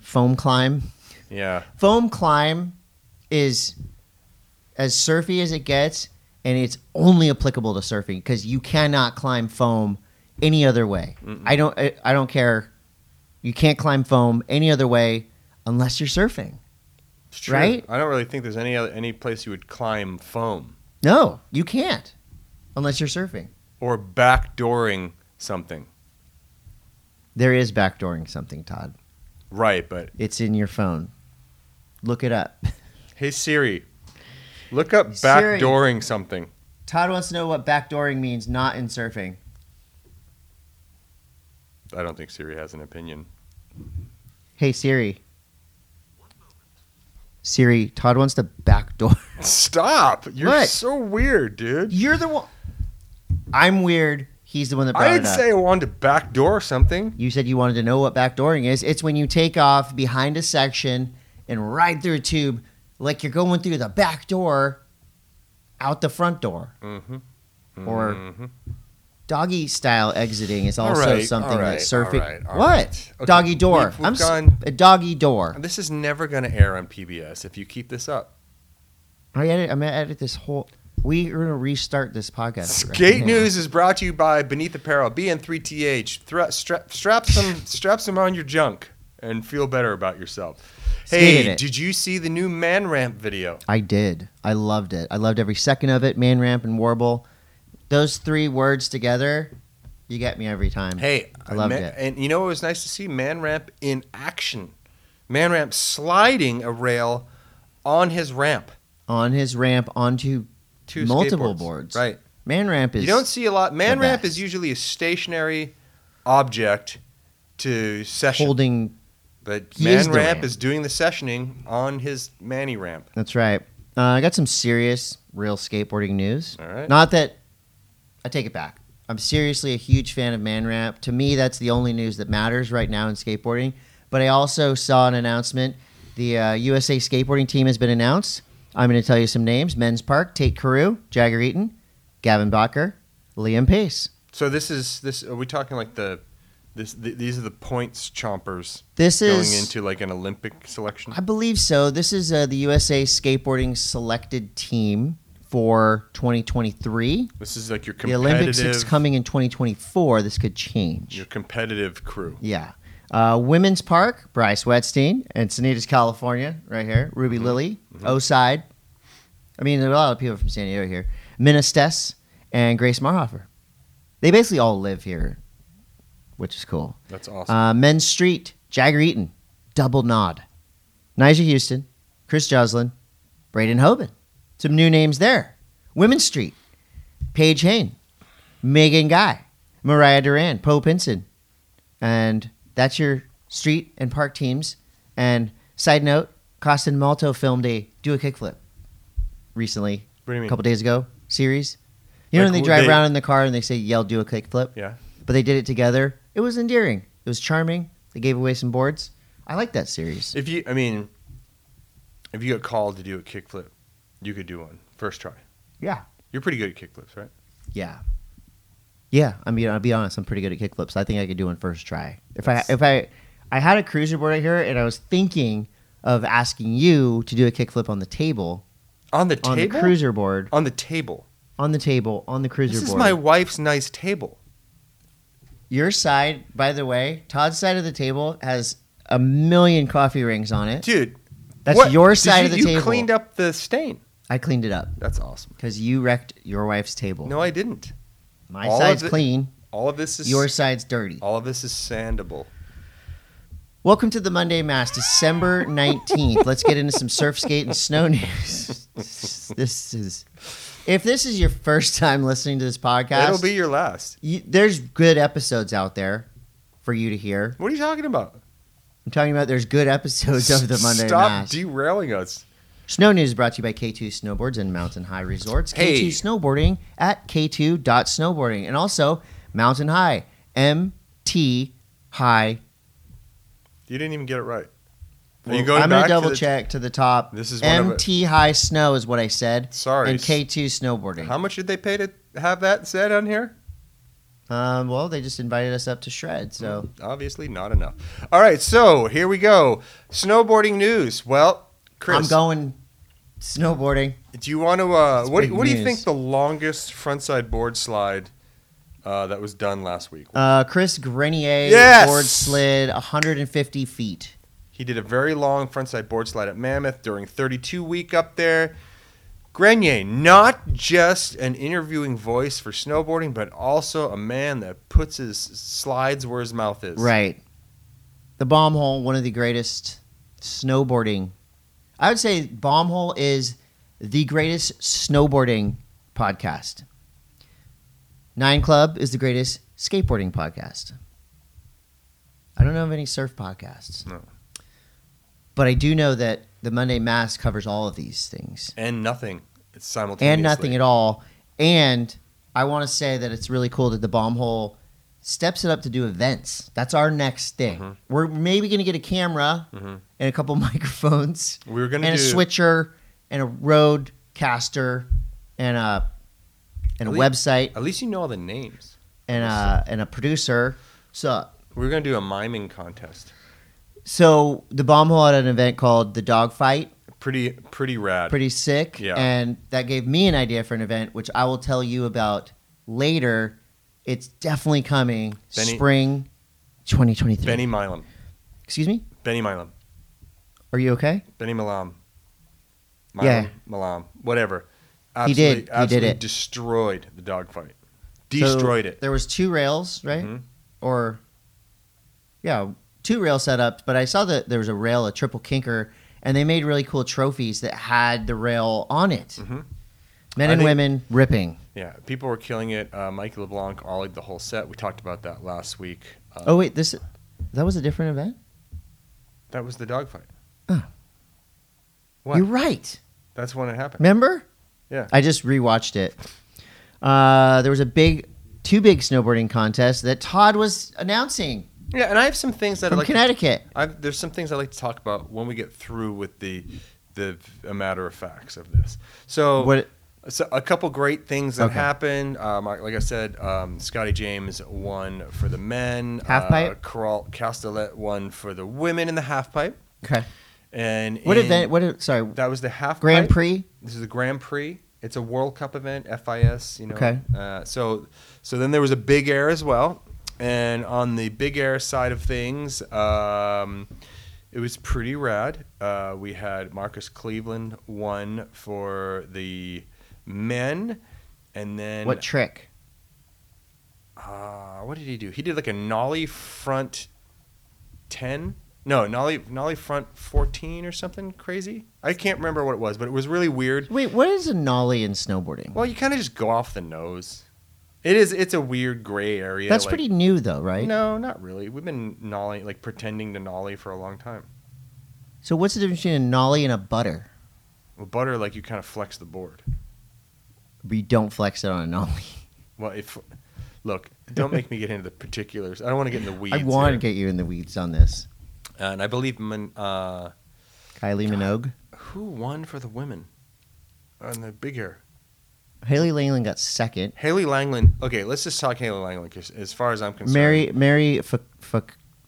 A: foam climb.
B: Yeah.
A: Foam climb is as surfy as it gets, and it's only applicable to surfing because you cannot climb foam any other way. I don't. I, I don't care. You can't climb foam any other way unless you're surfing.
B: It's true.
A: Right?
B: I don't really think there's any other, any place you would climb foam
A: No, you can't unless you're surfing.
B: or backdooring something.
A: There is backdooring something, Todd.
B: Right, but
A: It's in your phone. Look it up.
B: hey Siri, look up
A: Siri.
B: backdooring something.
A: Todd wants to know what backdooring means, not in surfing.
B: I don't think Siri has an opinion.
A: Hey Siri. Siri, Todd wants to backdoor.
B: Stop! You're
A: What?
B: so weird, dude.
A: You're the one. I'm weird. He's the one that brought
B: I
A: it
B: didn't
A: up.
B: say I wanted to backdoor something.
A: you said you wanted to know what backdooring is. It's when you take off behind a section and ride through a tube like you're going through the back door out the front door.
B: Mm-hmm.
A: Or
B: Mm.
A: doggy style exiting is also
B: right,
A: something
B: all
A: that
B: right,
A: surfing.
B: all right, all
A: what?
B: right. Okay,
A: Doggy door.
B: we've- we've
A: I'm s-
B: gone-
A: a doggy door.
B: This is never going to air on PBS if you keep this up.
A: I edit, I'm gonna edit this whole. We are gonna restart this podcast. right
B: Skate
A: now.
B: News is brought to you by Beneath Apparel, BN3TH. Thra- strap, strap some, strap some on your junk and feel better about yourself.
A: Skated
B: Hey,
A: it.
B: did you see the new Man Ramp video?
A: I did. I loved it. I loved every second of it. Man ramp and warble. Those three words together, you get me every time.
B: Hey,
A: I loved
B: man-
A: it.
B: And you know it was nice to see Man Ramp in action. Man Ramp sliding a rail on his ramp.
A: On his ramp onto
B: Two
A: multiple
B: skateboards.
A: boards.
B: Right.
A: Man ramp is.
B: You don't see a lot. Man
A: the
B: ramp
A: best.
B: is usually a stationary object to session,
A: holding.
B: but
A: He
B: man
A: is the
B: ramp,
A: ramp.
B: is doing the sessioning on his manny ramp.
A: That's right. Uh, I got some serious, real skateboarding news.
B: All right.
A: Not that I take it back. I'm seriously a huge fan of Man Ramp. To me, that's the only news that matters right now in skateboarding. But I also saw an announcement. The uh, USA skateboarding team has been announced. I'm going to tell you some names Men's Park, Tate Carew, Jagger Eaton, Gavin Bacher, Liam Pace.
B: So this is this. Are we talking like the this? Th- these are the points chompers
A: This
B: going
A: is.
B: into like an Olympic selection.
A: I believe so. This is uh, the USA skateboarding selected team for 2023.
B: This is like your
A: The Olympics
B: competitive,
A: is coming in 2024. This could change.
B: your competitive crew.
A: Yeah. Uh, Women's Park, Bryce Wetstein, Encinitas, California, right here. Ruby Lilly, Oside. I mean, there are a lot of people from San Diego here. Ministess and Grace Marhofer. They basically all live here, which is cool.
B: That's awesome.
A: Uh, Men's Street, Jagger Eaton, Double Nod, Nigel Houston, Chris Joslin, Braden Hoban. Some new names there. Women's Street, Paige Hain, Megan Guy, Mariah Duran, Poe Pinson. And that's your street and park teams. And side note, Costin Malto filmed a Do a Kickflip recently,
B: what do you
A: a
B: mean?
A: couple days ago, series. You know
B: Like,
A: when they drive
B: they-
A: around in the car and they say, yell, do a kickflip?
B: yeah.
A: but they did it together. It was endearing. It was charming. They gave away some boards. I like that series.
B: If you, I mean, if you got called to do a kickflip, you could do one first try.
A: Yeah.
B: You're pretty good at kickflips, right?
A: Yeah. Yeah, I mean, I'll be honest. I'm pretty good at kickflips. I think I could do one first try. If
B: That's-
A: I if I I had a cruiser board right here, and I was thinking of asking you to do a kickflip on the table
B: On the table.
A: on the cruiser board
B: On the table.
A: on the table on the cruiser
B: This is
A: board.
B: my wife's nice table.
A: Your side, by the way, Todd's side of the table has a million coffee rings on it.
B: Dude.
A: That's
B: what-
A: your
B: Did
A: side
B: you,
A: of the
B: you
A: table.
B: cleaned up the stain.
A: I cleaned it up
B: That's awesome.
A: because you wrecked your wife's table.
B: No, I didn't.
A: my
B: all of
A: side's
B: it-
A: clean.
B: All of this is
A: Your side's dirty.
B: all of this is sandable.
A: Welcome to the Monday Mass, December 19th. Let's get into some surf, skate, and snow news. This is, if this is your first time listening to this podcast,
B: It'll be your last.
A: you, there's good episodes out there for you to hear.
B: What are you talking about?
A: I'm talking about there's good episodes of the Monday
B: Stop
A: Mass.
B: derailing us.
A: Snow News is brought to you by K2 Snowboards and Mountain High Resorts.
B: Hey.
A: K2 Snowboarding at k2.snowboarding and also Mountain High, MT High.
B: You didn't even get it right. Are you going
A: I'm
B: back
A: gonna
B: to
A: double
B: the-
A: check to the top.
B: This is one of
A: MT High Snow is what I said.
B: Sorry.
A: And K2 snowboarding.
B: How much did they pay to have that said on here?
A: Um, well, they just invited us up to shred, so
B: Obviously, not enough. All right, so here we go. Snowboarding news. Well, Chris,
A: I'm going snowboarding.
B: do you want to? Uh,
A: It's
B: what
A: big
B: what do you
A: news.
B: think the longest frontside board slide uh, that was done last week?
A: Uh, Chris Grenier
B: Yes!
A: board slid 150 feet.
B: He did a very long frontside board slide at Mammoth during 32 week up there. Grenier, not just an interviewing voice for snowboarding, but also a man that puts his slides where his mouth is.
A: Right. The bomb hole, one of the greatest snowboarding. I would say bomb hole is the greatest snowboarding podcast. Nine Club is the greatest skateboarding podcast. I don't know of any surf podcasts.
D: No.
A: But I do know that the Monday Mass covers all of these things
D: and nothing. It's simultaneously
A: and nothing at all. And I want to say that it's really cool that the bomb hole steps it up to do events. That's our next thing.
D: Mm-hmm.
A: We're maybe going to get a camera and a couple microphones
D: We Mm-hmm. were gonna
A: and a
D: do
A: switcher and a road caster and a and a
B: At lea-
A: website
B: At least you know all the names.
A: and a and a producer. So
B: We were going to do a miming contest.
A: so the bomb hole had an event called the dog fight.
D: pretty pretty rad.
A: pretty sick.
D: Yeah.
A: And that gave me an idea for an event, which I will tell you about later. It's definitely coming
D: Benny-
A: spring 2023.
D: Benny Milam.
A: Excuse me?
D: Benny Milam.
A: Are you okay?
D: Benny Milam. Milam
A: Yeah.
D: Milam. Whatever.
A: He
D: Absolutely,
A: did. He did
D: absolutely
A: it.
D: Destroyed the dogfight.
A: So
D: Destroyed it.
A: There was two rails, right?
D: Mhm.
A: Or yeah, two rail setups, but I saw that there was a rail, a triple kinker, and they made really cool trophies that had the rail on it.
D: Mhm.
A: Men
D: I
A: and
D: think-
A: women ripping.
D: Yeah, people were killing it. Uh, Mikey LeBlanc ollied the whole set. We talked about that last week. Uh,
A: Oh wait, this that was a different event?
B: That was the dogfight.
D: What?
A: You're right.
B: That's when it happened.
A: Remember?
B: Yeah.
A: I just rewatched it. Uh, there was a big, two big snowboarding contests that Todd was announcing
B: Yeah, and I have some things that I
A: from
B: like. to-
A: Connecticut.
B: I've, there's some things I like to talk about when we get through with the the a matter of facts of this. So
A: What?
B: So a couple great things that
A: Okay.
B: happened. Um, I- like I said, um, Scotty James won for the men.
A: Half
B: Uh,
A: pipe?
B: Carl Castellet won for the women in the half pipe.
A: Okay.
B: And
A: What
B: in-
A: event? What? e- Sorry.
B: That was the half
A: Grand
B: pipe.
A: Prix.
B: This is the Grand Prix. It's a World Cup event, FIS. You know.
A: Okay.
B: Uh, so so then there was a big air as well, and on the big air side of things. Um, it was pretty rad. Uh, we had Marcus Cleveland won for the men, and then
A: What trick?
B: uh, what did he do? He did like a nollie front ten. No, nollie nollie front fourteen or something crazy. I can't remember what it was, but it was really weird.
A: Wait, what is a nollie in snowboarding?
B: Well, you kind of just go off the nose. It is. It's a weird gray area.
A: That's
B: like-
A: pretty new, though, right?
B: No, not really. We've been nollie like pretending to nollie for a long time.
A: So what's the difference between a nollie and a butter?
B: Well, butter like you kind of flex the board.
A: We don't flex it on a nollie.
B: Well, if look, don't make me get into the particulars. I don't want to get in the weeds.
A: I want to
B: here.
A: get you in the weeds on this.
B: and I believe Min, uh,
A: Kylie Minogue,
B: who won for the women on Uh, the big air.
A: Haley Langland got second.
B: Haley Langland. Okay, let's just talk Haley Langland 'cause as far as I'm concerned.
A: Mary Mary Fu- Fu-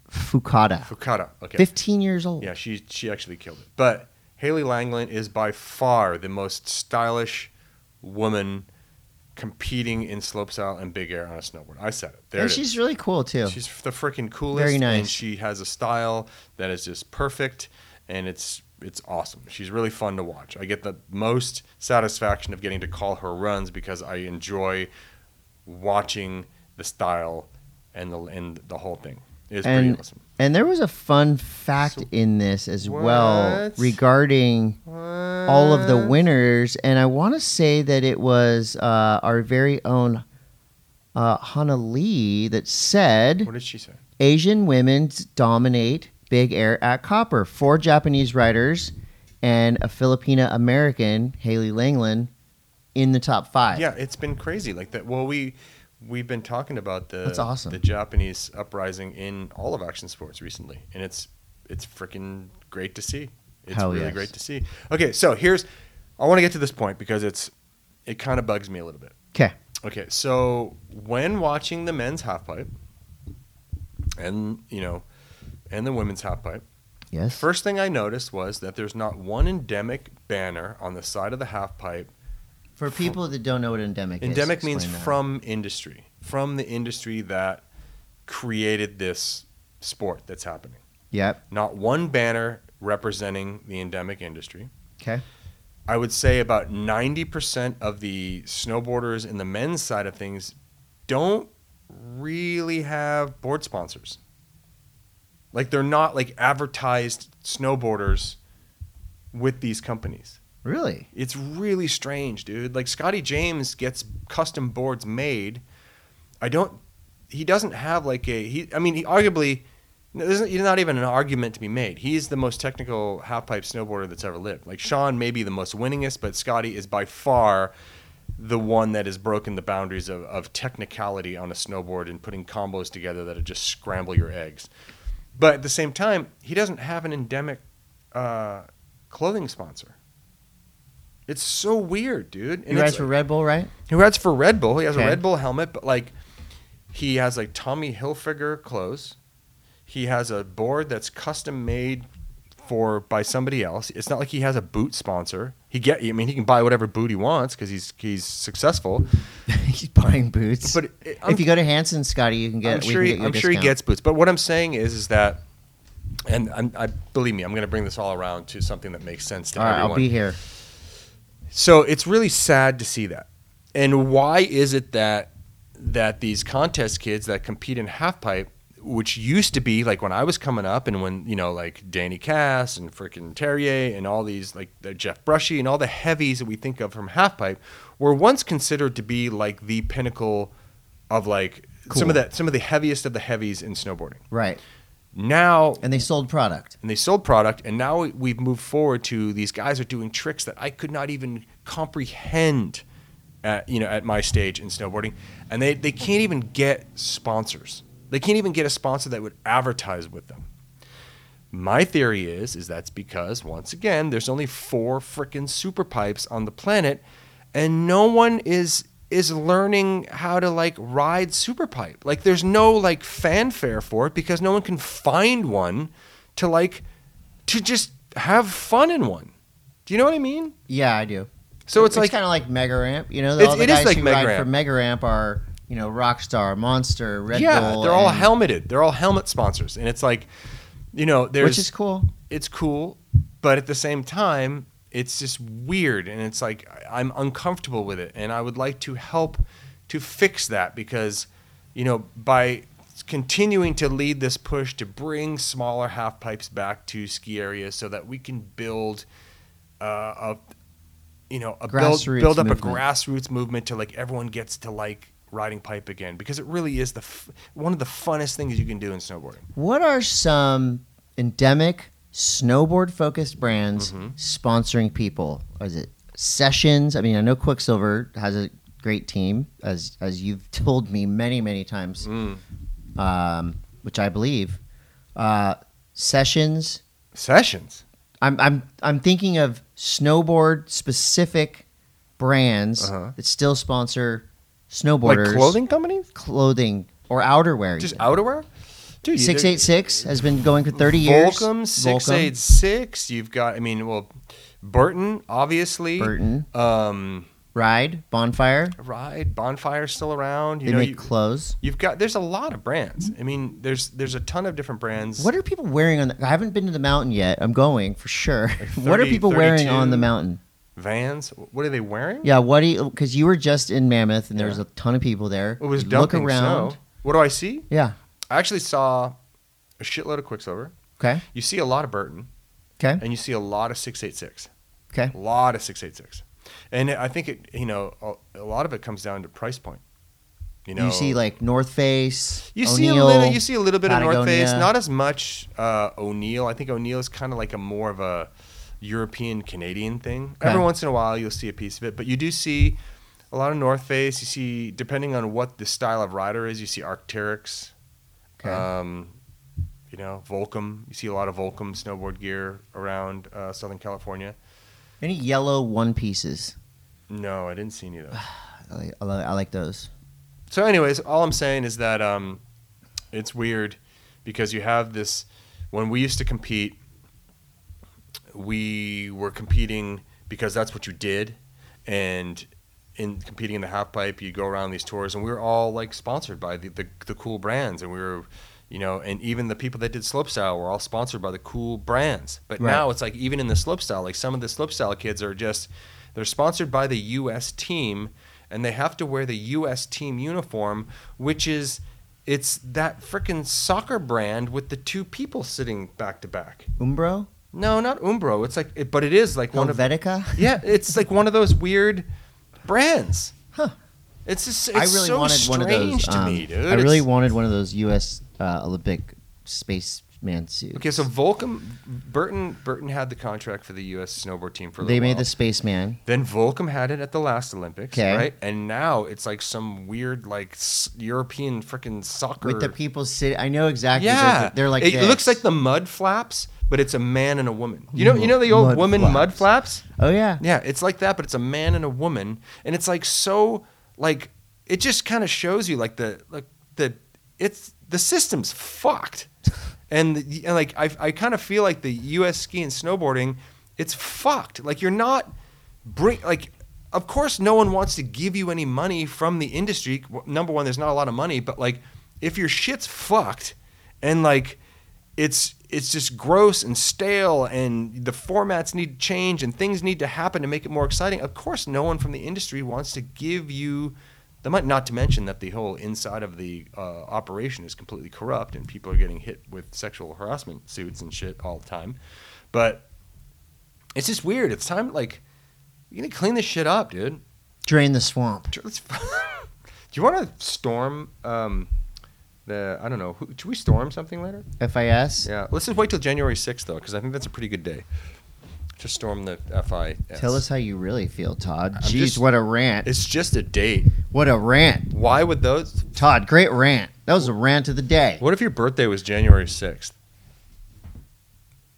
A: Fucata,
B: Fukada. Okay.
A: fifteen years old.
B: Yeah, she she actually killed it. But Haley Langland is by far the most stylish woman competing in slopestyle and big air on a snowboard. I said it. There
A: and
B: it is.
A: she's really cool too.
B: She's the freaking coolest.
A: Very nice.
B: And she has a style that is just perfect, and it's it's awesome. She's really fun to watch. I get the most satisfaction of getting to call her runs because I enjoy watching the style and the and the whole thing. It's
A: And-
B: pretty awesome.
A: And there was a fun fact
B: So-
A: in this as well
B: What? Uh.
A: regarding all of the winners. And I want to say that it was uh, our very own uh, Hana Lee that said
B: What did she say?
A: Asian women dominate big air at Copper. Four Japanese riders and a Filipina American, Haley Langland, in the top five.
B: Yeah, it's been crazy like that. Well, we we've been talking about the
A: That's awesome.
B: the Japanese uprising in all of action sports recently, and it's it's freaking great to see. It's
A: Hell
B: really
A: yes.
B: great to see. Okay, so here's I want to get to this point because it's it kind of bugs me a little bit.
A: 'Kay.
B: Okay, so when watching the men's halfpipe and, you know, and the women's halfpipe,
A: Yes.
B: first thing I noticed was that there's not one endemic banner on the side of the halfpipe.
A: For people that don't know what endemic,
B: endemic
A: is,
B: means
A: explain that.
B: from industry, from the industry that created this sport that's happening.
A: Yep.
B: Not one banner representing the endemic industry.
A: Okay.
B: I would say about 90% of the snowboarders in the men's side of things don't really have board sponsors. Like they're not like advertised snowboarders with these companies.
A: Really?
B: It's really strange, dude. Like Scotty James gets custom boards made. I don't he doesn't have like a he I mean he arguably there's not even an argument to be made. He's the most technical halfpipe snowboarder that's ever lived. Like Sean may be the most winningest, but Scotty is by far the one that has broken the boundaries of, of technicality on a snowboard and putting combos together that'll just scramble your eggs. But at the same time, he doesn't have an endemic uh, clothing sponsor. It's so weird, dude.
A: You
B: it's-
A: guys were Red Bull, right?
B: he rides for Red Bull. He has
A: Okay.
B: a Red Bull helmet, but like he has like Tommy Hilfiger clothes. He has a board that's custom made for by somebody else. It's not like he has a boot sponsor. He get I mean he can buy whatever boot he wants cuz he's he's successful.
A: He's buying boots.
B: But it, I'm,
A: if you go to Hanson, Scotty, you can get.
B: I'm
A: we can
B: sure he,
A: get you a
B: I'm sure he
A: discount.
B: gets boots. But what I'm saying is is that and I'm, I believe me, I'm going to bring this all around to something that makes sense to
A: All right,
B: everyone.
A: I'll be here.
B: So it's really sad to see that. And why is it that that these contest kids that compete in halfpipe, which used to be like when I was coming up and when, you know, like Danny Cass and freaking Terrier and all these like the Jeff Brushy and all the heavies that we think of from halfpipe were once considered to be like the pinnacle of like some
A: Cool.
B: of that some of the heaviest of the heavies in snowboarding.
A: Right,
B: Now
A: and they sold product.
B: and they sold product and now we've moved forward to these guys are doing tricks that I could not even comprehend at you know at my stage in snowboarding and they, they can't even get sponsors they can't even get a sponsor that would advertise with them my theory is is that's because once again there's only four freaking super pipes on the planet and no one is is learning how to like ride super pipe like there's no like fanfare for it because no one can find one to like to just have fun in one do you know what i mean
A: Yeah, I do.
B: so it's, like
A: kind of like Mega Ramp. You know,
B: It's-
A: all the
B: it is
A: guys
B: like
A: who
B: Mega
A: ride
B: Ramp.
A: for Mega Ramp are you know Rockstar, Monster, Red
B: yeah
A: Bull.
B: they're all
A: and-
B: helmeted they're all helmet sponsors and it's like you know there's
A: which is cool.
B: it's cool, but at the same time, it's just weird and it's like I- I'm uncomfortable with it and I would like to help to fix that because you know by continuing to lead this push to bring smaller half pipes back to ski areas so that we can build uh, a you know a build,
A: Grassroots
B: build up a
A: movement.
B: grassroots movement to like everyone gets to like riding pipe again because it really is the f- one of the funnest things you can do in snowboarding.
A: What are some endemic snowboard-focused brands
B: Mm-hmm.
A: sponsoring people? Is it Sessions? I mean, I know Quicksilver has a great team, as as you've told me many many times, um, which I believe. Uh, sessions,
B: Sessions.
A: I'm I'm I'm thinking of snowboard specific brands
B: Uh-huh.
A: that still sponsor snowboarders,
B: Like clothing companies?
A: clothing, or outerwear.
B: Just
A: even.
B: outerwear? Dude, you-
A: six eight six has been going for thirty years.
B: Volcom, six
A: Volcom,
B: eight six. You've got, I mean, well, Burton, obviously.
A: Burton,
B: Um,
A: Ride, Bonfire.
B: Ride, Bonfire's still around. You
A: they
B: know,
A: make
B: you,
A: clothes.
B: you've got. There's a lot of brands. I mean, there's there's a ton of different brands.
A: What are people wearing on? The, I haven't been to the mountain yet. I'm going for sure. what are
B: 30,
A: people wearing on the
B: 32?
A: mountain?
B: Vans? What are they wearing?
A: Yeah, what do you? Because you were just in Mammoth, and there was
B: Yeah.
A: a ton of people there.
B: It was
A: Look
B: dumping
A: around.
B: snow. What do I see?
A: Yeah.
B: I actually saw a shitload of Quicksilver.
A: Okay.
B: You see a lot of Burton,
A: Okay.
B: and you see a lot of six eight six.
A: Okay.
B: A lot of 686. And I think it, you know, a, a lot of it comes down to price point. You know,
A: You see like North Face.
B: you see a
A: O'Neill.
B: little, you see a little bit of North Face,
A: Patagonia.
B: not as much uh, O'Neill. I think O'Neill is kind of like a more of a European Canadian thing.
A: Okay.
B: Every once in a while, you'll see a piece of it, but you do see a lot of North Face. You see, depending on what the style of rider is, you see Arc'teryx.
A: Okay.
B: Um, you know, Volcom. You see a lot of Volcom snowboard gear around uh, Southern California.
A: Any yellow one pieces?
B: No, I didn't see any of those.
A: I like, I like, I like those.
B: So, anyways, all I'm saying is that um, it's weird because you have this. When we used to compete, we were competing because that's what you did, and in competing in the half pipe, you go around these tours, and we were all like sponsored by the the, the cool brands, and we were. You know, and even the people that did slopestyle were all sponsored by the cool brands. But
A: Right.
B: now it's like even in the slopestyle, like some of the slopestyle kids are just they're sponsored by the U.S. team, and they have to wear the U.S. team uniform, which is it's that frickin' soccer brand with the two people sitting back to back.
A: Umbro,
B: No, not Umbro. It's like, it, but it is
A: Oh,
B: like one of
A: Helvetica.
B: yeah, it's like one of those weird brands.
A: Huh.
B: It's just it's
A: I really
B: so
A: wanted
B: strange
A: one of those.
B: to
A: um,
B: me, dude.
A: I really
B: It's-
A: wanted one of those U.S. Uh, Olympic spaceman suits.
B: okay. So Volcom, Burton, Burton had the contract for the U.S. snowboard team for a
A: they made
B: little while.
A: the spaceman.
B: Then Volcom had it at the last Olympics,
A: 'Kay.
B: right? And now it's like some weird, like s- European freaking soccer.
A: With the people sitting, I know exactly.
B: yeah,
A: They're like,
B: it
A: this. Mm-hmm.
B: looks like the mud flaps, but it's a man and a woman. You know, you know the old
A: Mud
B: woman
A: flaps.
B: mud flaps.
A: Oh yeah.
B: Yeah, it's like that, but it's a man and a woman, and it's like so, like it just kind of shows you like the like the it's the system's fucked, and, the, and like I I kind of feel like the U.S. ski and snowboarding, it's fucked. Like you're not bring like. Of course, no one wants to give you any money from the industry. W- Number one, there's not a lot of money, but like, if your shit's fucked, and like, it's it's just gross and stale and the formats need to change and things need to happen to make it more exciting of course no one from the industry wants to give you the money not to mention that the whole inside of the uh, operation is completely corrupt and people are getting hit with sexual harassment suits and shit all the time but it's just weird it's time like you need to clean this shit up dude
A: Drain the swamp.
B: Sure, let's- do you want to storm um, the i don't know who, should we storm something later
A: FIS.
B: yeah, let's just wait till January 6th, though, because I think that's a pretty good day to storm the FI.
A: Tell us how you really feel, Todd. Jeez,
B: just-
A: what a rant.
B: It's just a date.
A: What a rant.
B: Why would those.
A: Todd, great rant. That was a rant of the day.
B: What if your birthday was January 6th?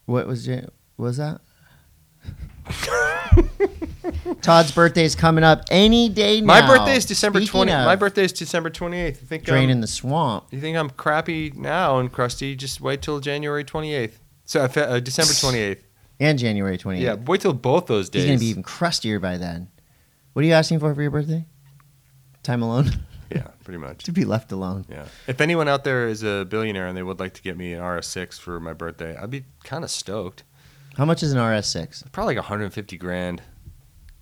A: What was it? Was that? Todd's birthday is coming up any day now.
B: My birthday is December
A: Speaking
B: 20.
A: of
B: My birthday is December 28th. You think
A: Drain
B: I'm,
A: in the swamp.
B: you think I'm crappy now and crusty? Just wait till January 28th. So uh, Fe- uh, December 28th.
A: And January 28th.
B: Yeah, wait till both those days.
A: He's going to be even crustier by then. What are you asking for for your birthday? Time alone?
B: yeah, pretty much.
A: to be left alone.
B: Yeah. If anyone out there is a billionaire and they would like to get me an RS6 for my birthday, I'd be kind of stoked.
A: How much is an RS6?
B: Probably like 150 grand.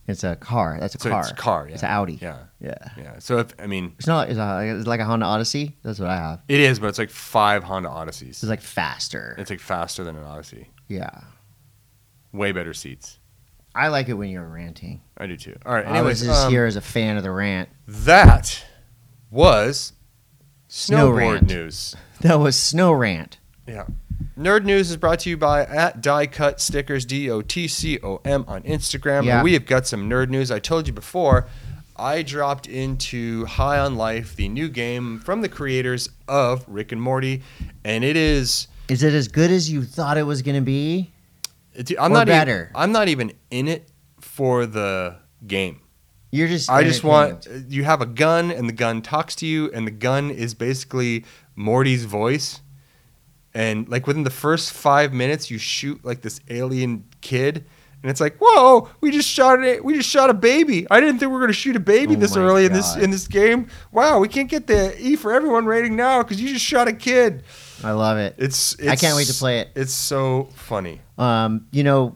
A: It's a car. That's a
B: So
A: car.
B: it's a car, yeah.
A: It's an Audi.
B: Yeah.
A: Yeah.
B: Yeah. So if I mean
A: It's not. It's, a, it's like a Honda Odyssey. That's what I have.
B: it is, but it's like five Honda Odysseys.
A: It's like faster.
B: It's like faster than an Odyssey.
A: yeah.
B: Way better seats.
A: I like it when you're ranting.
B: I do too. All right.
A: I was
B: Anyways,
A: just
B: um,
A: here as a fan of the rant.
B: that was
A: Snow
B: snowboard
A: rant.
B: news.
A: That was snow rant.
B: Nerd News is brought to you by at Die Cut Stickers, D O T C O M, on Instagram.
A: Yeah.
B: And we have got some nerd news. I told you before, I dropped into High on Life, the new game from the creators of Rick and Morty, and it is.
A: Is it as good as you thought it was going to be?
B: It's, I'm
A: Or
B: not even-
A: better.
B: I'm not even in it for the game.
A: You're just.
B: I just want uh,
A: entertained.
B: you have a gun, and the gun talks to you, and the gun is basically Morty's voice. And like within the first five minutes, you shoot like this alien kid, and it's like, whoa, we just shot it. We just shot a baby. I didn't think we were gonna shoot a baby
A: Oh
B: this
A: my
B: early in this
A: God.
B: in this game. Wow, we can't get the E for everyone rating now because you just shot a kid.
A: I love it.
B: It's, it's
A: I can't wait to play it.
B: It's so funny.
A: Um, you know,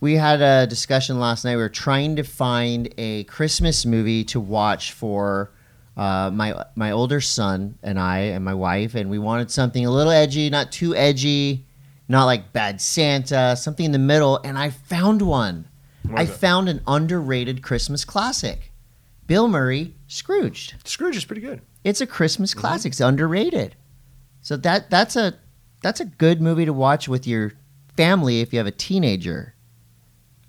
A: we had a discussion last night. We were trying to find a Christmas movie to watch for uh, my my older son and I and my wife, and we wanted something a little edgy, not too edgy, not like Bad Santa, something in the middle. And I found one.
B: What
A: I
B: is it?
A: found an underrated Christmas classic, Bill Murray Scrooged.
B: Scrooge is pretty good.
A: It's a Christmas
B: Mm-hmm.
A: classic. It's underrated. So that that's a that's a good movie to watch with your family if you have a teenager.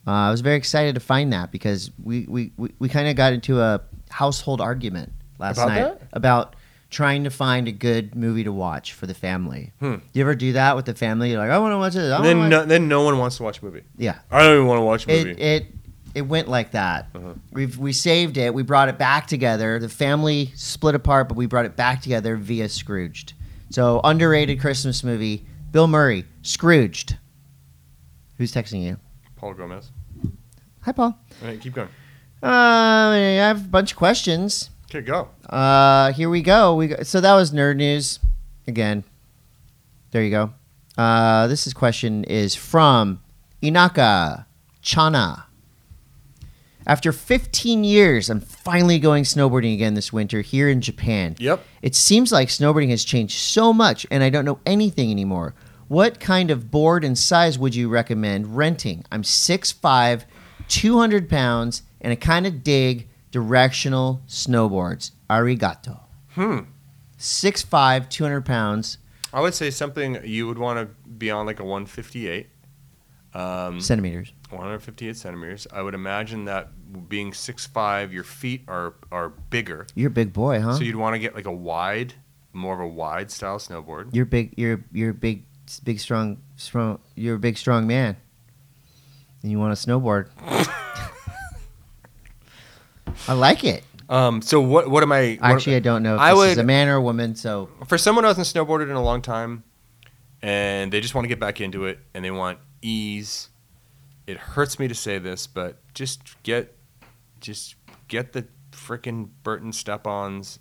A: Uh, I was very excited to find that because we we, we, we kind of got into a household argument last
B: About
A: night about trying to find a good movie to watch for the family.
B: Hmm.
A: You ever do that with the family? You're like, Oh, I want to watch this. I
B: then
A: want to watch.
B: no, then no one wants to watch a movie.
A: Yeah.
B: I don't even want to watch a movie.
A: It it it went like that. We've we saved it. We brought it back together. The family split apart, but we brought it back together via Scrooged. So underrated Christmas movie. Bill Murray, Scrooged. Who's texting you?
B: Paul Gomez.
A: Hi, Paul.
B: All right, keep going.
A: Uh, I have a bunch of questions.
B: Okay, go.
A: Uh, here we go. We go. so that was nerd news again. There you go. Uh, this is question is from Inaka Chana. After 15 years, I'm finally going snowboarding again this winter here in Japan.
B: Yep.
A: It seems like snowboarding has changed so much, and I don't know anything anymore. What kind of board and size would you recommend renting? I'm 6'5, 200 pounds, and I kind of dig directional snowboards. Arigato.
B: Hmm.
A: 6'5, 200 pounds.
B: I would say something you would want to be on like a 158. Um,
A: centimeters.
B: 158 centimeters. I would imagine that being 6'5, your feet are, are bigger.
A: You're a big boy, huh?
B: So you'd want to get like a wide, more of a wide style snowboard.
A: you're big. You're you're big, big strong, strong. You're a big strong man, and you want to snowboard. I like it.
B: Um, so what what am I? what-
A: Actually, I don't know if
B: I
A: this
B: would-
A: is a man or a woman. So
B: for someone who hasn't snowboarded in a long time, and they just want to get back into it, and they want ease. It hurts me to say this, but just get, just get the frickin' Burton step-ons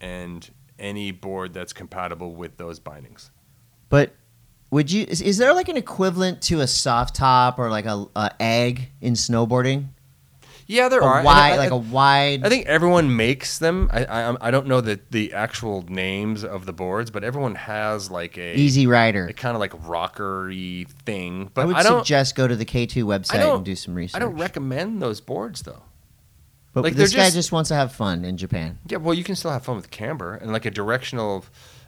B: and any board that's compatible with those bindings.
A: But would you? Is, is there like an equivalent to a soft top or like a, a egg in snowboarding?
B: Yeah, there
A: a
B: are. And
A: wide,
B: I-
A: like a wide.
B: I think everyone makes them. I, I I don't know the the actual names of the boards, but everyone has like a
A: easy rider.
B: a kind of like rockery thing. But
A: I
B: I,
A: would
B: don't
A: suggest go to the K two
B: I
A: website
B: don't-
A: and do some research.
B: I don't recommend those boards though.
A: but
B: like,
A: this
B: they're
A: guy
B: just-
A: just wants to have fun in Japan.
B: Yeah, well, you can still have fun with camber and like a directional.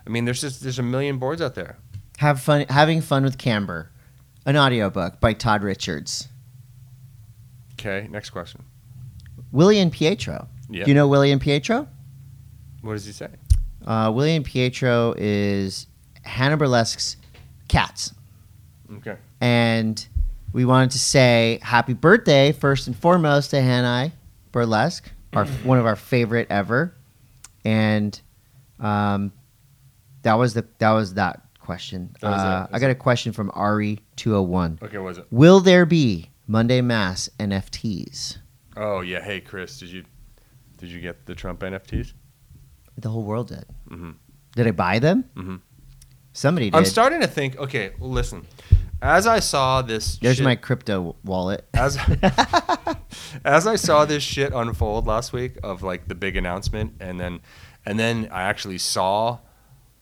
B: I mean, there's just there's a million boards out there.
A: Have fun having fun with Camber, an audiobook by Todd Richards.
B: Okay, next question.
A: Willie and Pietro.
B: Yeah.
A: Do you know Willie and Pietro?
B: What does he say?
A: Uh, Willie and Pietro is Hannah Burlesque's cats.
B: Okay.
A: And we wanted to say happy birthday first and foremost to Hannah Burlesque, our one of our favorite ever. And um, that was the that was that question.
B: That was it.
A: uh, I
B: That's
A: got a question from Ari two hundred one.
B: Okay, what was it?
A: Will there be Monday Mass NFTs?
B: Oh yeah. Hey Chris, did you did you get the Trump NFTs?
A: The whole world did.
B: Mhm.
A: Did I buy them?
B: Mhm.
A: Somebody did.
C: I'm starting to think. Okay, listen. As I saw this,
A: There's
C: shit-
A: my crypto wallet.
C: as as I saw this shit unfold last week of like the big announcement, and then and then I actually saw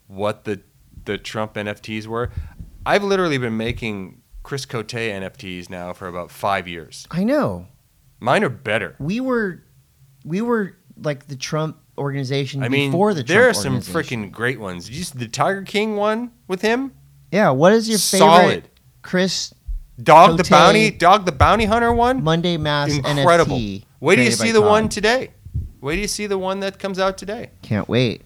C: what the the Trump NFTs were. I've literally been making Chris Cote NFTs now for about five years.
A: I know.
C: Mine are better.
A: We were, we were like the Trump organization
C: I mean,
A: before the Trump
C: there are some
A: organization.
C: freaking great ones. You see the Tiger King one with him,
A: Yeah. What is your favorite
C: solid.
A: Chris
C: Dog the
A: Cote.
C: bounty, Dog the bounty hunter one,
A: Monday Mass
C: incredible.
A: NFT?
C: Wait till you
A: created by
C: see the
A: Todd?
C: one today. Wait till you see the one that comes out today.
A: Can't wait.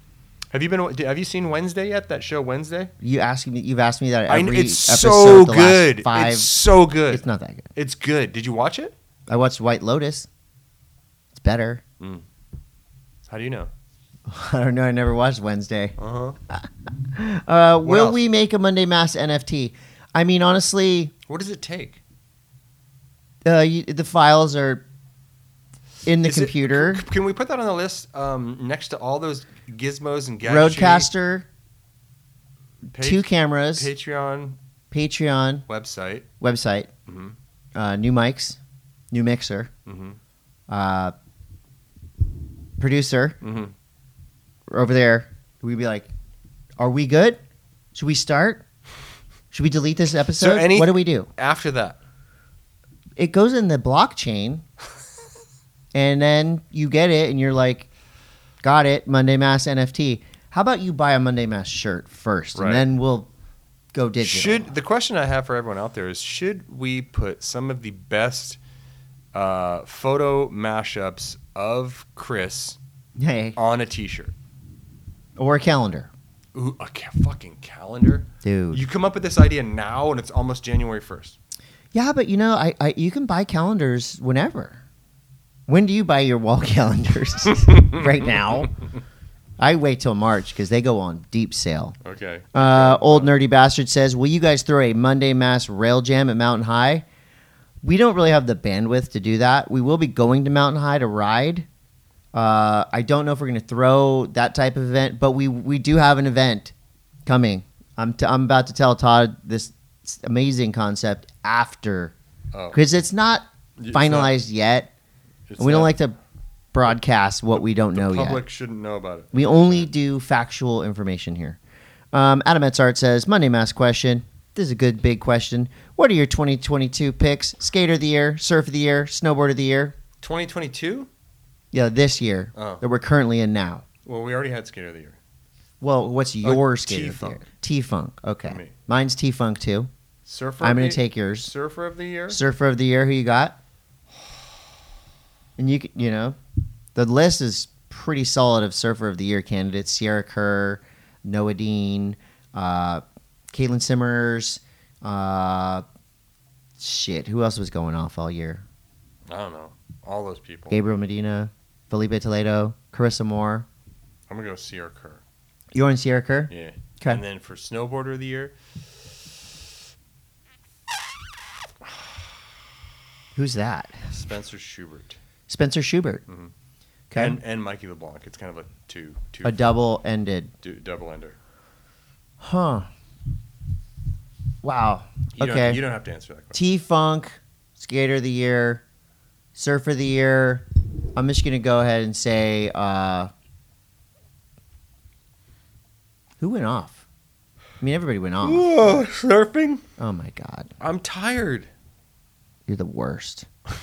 C: Have you been? Have you seen Wednesday yet? That show Wednesday.
A: You asking me? You've asked me that
C: I kn-
A: every
C: it's
A: episode.
C: so
A: the last
C: good.
A: five.
C: It's so good.
A: it's not that good.
C: It's good. Did you watch it?
A: I watched White Lotus. It's better.
C: How do you know?
A: I don't know. I never watched Wednesday.
C: Uh huh.
A: Uh, will
C: else?
A: we make a Monday Mass NFT? I mean, honestly,
C: What does it take?
A: uh, you, the files are in the
C: Is it-
A: computer.
C: c- can we put that on the list um, next to all those gizmos and gadgets?
A: Roadcaster, two cameras,
C: Patreon
A: Patreon
C: website.
A: website,
B: Mhm.
C: Mm-hmm.
A: uh, new mics, new mixer,
B: Mhm.
A: uh, producer
C: Mm-hmm.
B: Mhm.
A: over there. We'd be like, "Are we good? Should we start? Should we delete this episode?
C: any-
A: what do we do?"
C: After that,
A: it goes in the blockchain and then you get it and you're like got it monday mass nft how about you buy a monday mass shirt first
B: Right.
A: and then we'll go digital
C: should the question I have for everyone out there is: Should we put some of the best uh, photo mashups of Chris
A: hey
C: on a T-shirt?
A: or a calendar
C: Ooh, a ca- fucking calendar.
A: dude
C: You come up with this idea now, and it's almost January first.
A: Yeah, but you know, I, I you can buy calendars whenever. When do you buy your wall calendars? right now. I wait till March because they go on deep sale.
B: Okay.
A: Uh, old nerdy bastard says, "Will you guys throw a Monday Mass rail jam at Mountain High?" We don't really have the bandwidth to do that. We will be going to Mountain High to ride. Uh, I don't know if we're going to throw that type of event, but we we do have an event coming. I'm t- I'm about to tell Todd this amazing concept after
B: Oh.
A: because it's not
B: It's not-
A: finalized yet.
B: it's
A: And we don't
B: not-
A: like to broadcast what we don't
B: the
A: know yet.
B: public shouldn't know about it.
A: We only do factual information here. Um, Adam Etzart says Monday Mass question. This is a good big question. What are your 2022 picks? Skater of the year, surf of the year, snowboard of the year?
C: 2022?
A: Yeah, this year
C: Oh.
A: that we're currently in now.
B: Well, we already had Skater of the Year.
A: Well, what's your skater
C: Uh, T-Funk.
A: of the year? T Funk. Okay,
B: Me.
A: mine's T Funk too.
C: Surfer.
A: I'm
C: of
A: gonna
C: the-
A: take yours.
C: Surfer of the year.
A: Surfer of the year. Who you got? And you c- you know, the list is pretty solid of Surfer of the Year candidates: Sierra Kerr, Noah Dean, uh, Caitlin Simmers. Uh, shit, who else was going off all year?
B: I don't know. All those people.
A: Gabriel Medina, Felipe Toledo, Carissa Moore.
B: I'm gonna go Sierra Kerr.
A: You're on Sierra Kerr.
B: Yeah.
A: Okay.
B: And then for snowboarder of the year,
A: Who's that?
B: Spencer Schubert
A: Spencer Schubert.
B: Mhm.
A: Okay,
B: and and Mikey LeBlanc. It's kind of a two two
A: a double-ended.
B: du- double ender.
A: Huh. Wow.
B: You don't-
A: Okay.
B: you don't have to answer that question.
A: T Funk, Skater of the Year, Surfer of the Year. I'm just gonna go ahead and say uh, who went off. I mean, everybody went off.
C: Whoa, surfing.
A: Oh my god,
C: I'm tired.
A: you're the worst.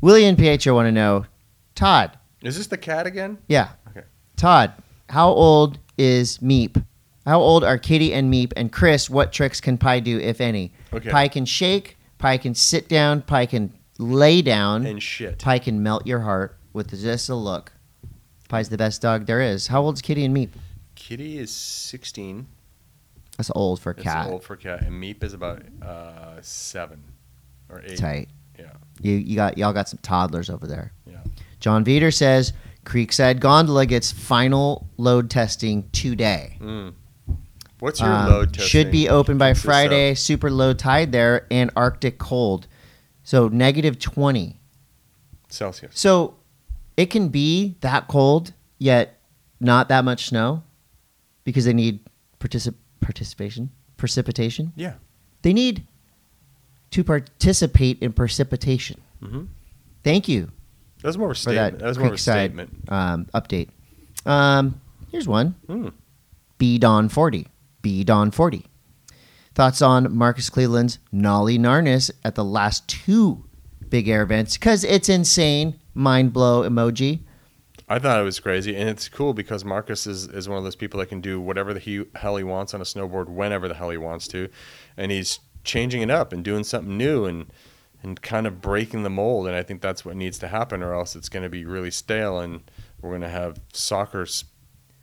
A: Willie and Pietro want to know, Todd.
B: Is this the cat again?
A: Yeah.
B: Okay.
A: Todd, how old is Meep? How old are Kitty and Meep? And Chris, what tricks can Pi do, if any?
B: Okay.
A: Pi can shake. Pi can sit down. Pi can lay down.
B: And shit.
A: Pi can melt your heart with just a look. Pi's the best dog there is. How old's Kitty and Meep?
B: Kitty is 16.
A: That's old for a
B: It's
A: cat.
B: old for cat. And Meep is about uh, seven or eight.
A: Tight.
B: Yeah.
A: You you got y'all got some toddlers over there.
B: Yeah.
A: John Veter says Creekside Gondola gets final load testing today.
B: Mm. What's your
A: Um,
B: load testing?
A: Should be open by
B: consists of?
A: Friday. Super low tide there and Arctic cold. So negative 20.
B: Celsius.
A: So it can be that cold, yet not that much snow because they need particip- participation, precipitation.
B: Yeah.
A: They need to participate in precipitation.
B: Mm-hmm.
A: Thank you
B: That was more of a
A: for
B: statement.
A: that,
B: That, was more of a
A: Creekside,
B: statement.
A: Um, update. Um, here's one.
B: Mm.
A: B Don 40. B Don 40. Thoughts on Marcus Cleveland's Nolly Narnis at the last two big air events? Because it's insane. Mind blow emoji.
B: I thought it was crazy, and it's cool because Marcus is, is one of those people that can do whatever the he, hell he wants on a snowboard whenever the hell he wants to, and he's changing it up and doing something new and and kind of breaking the mold. And I think that's what needs to happen, or else it's going to be really stale, and we're going to have soccer s-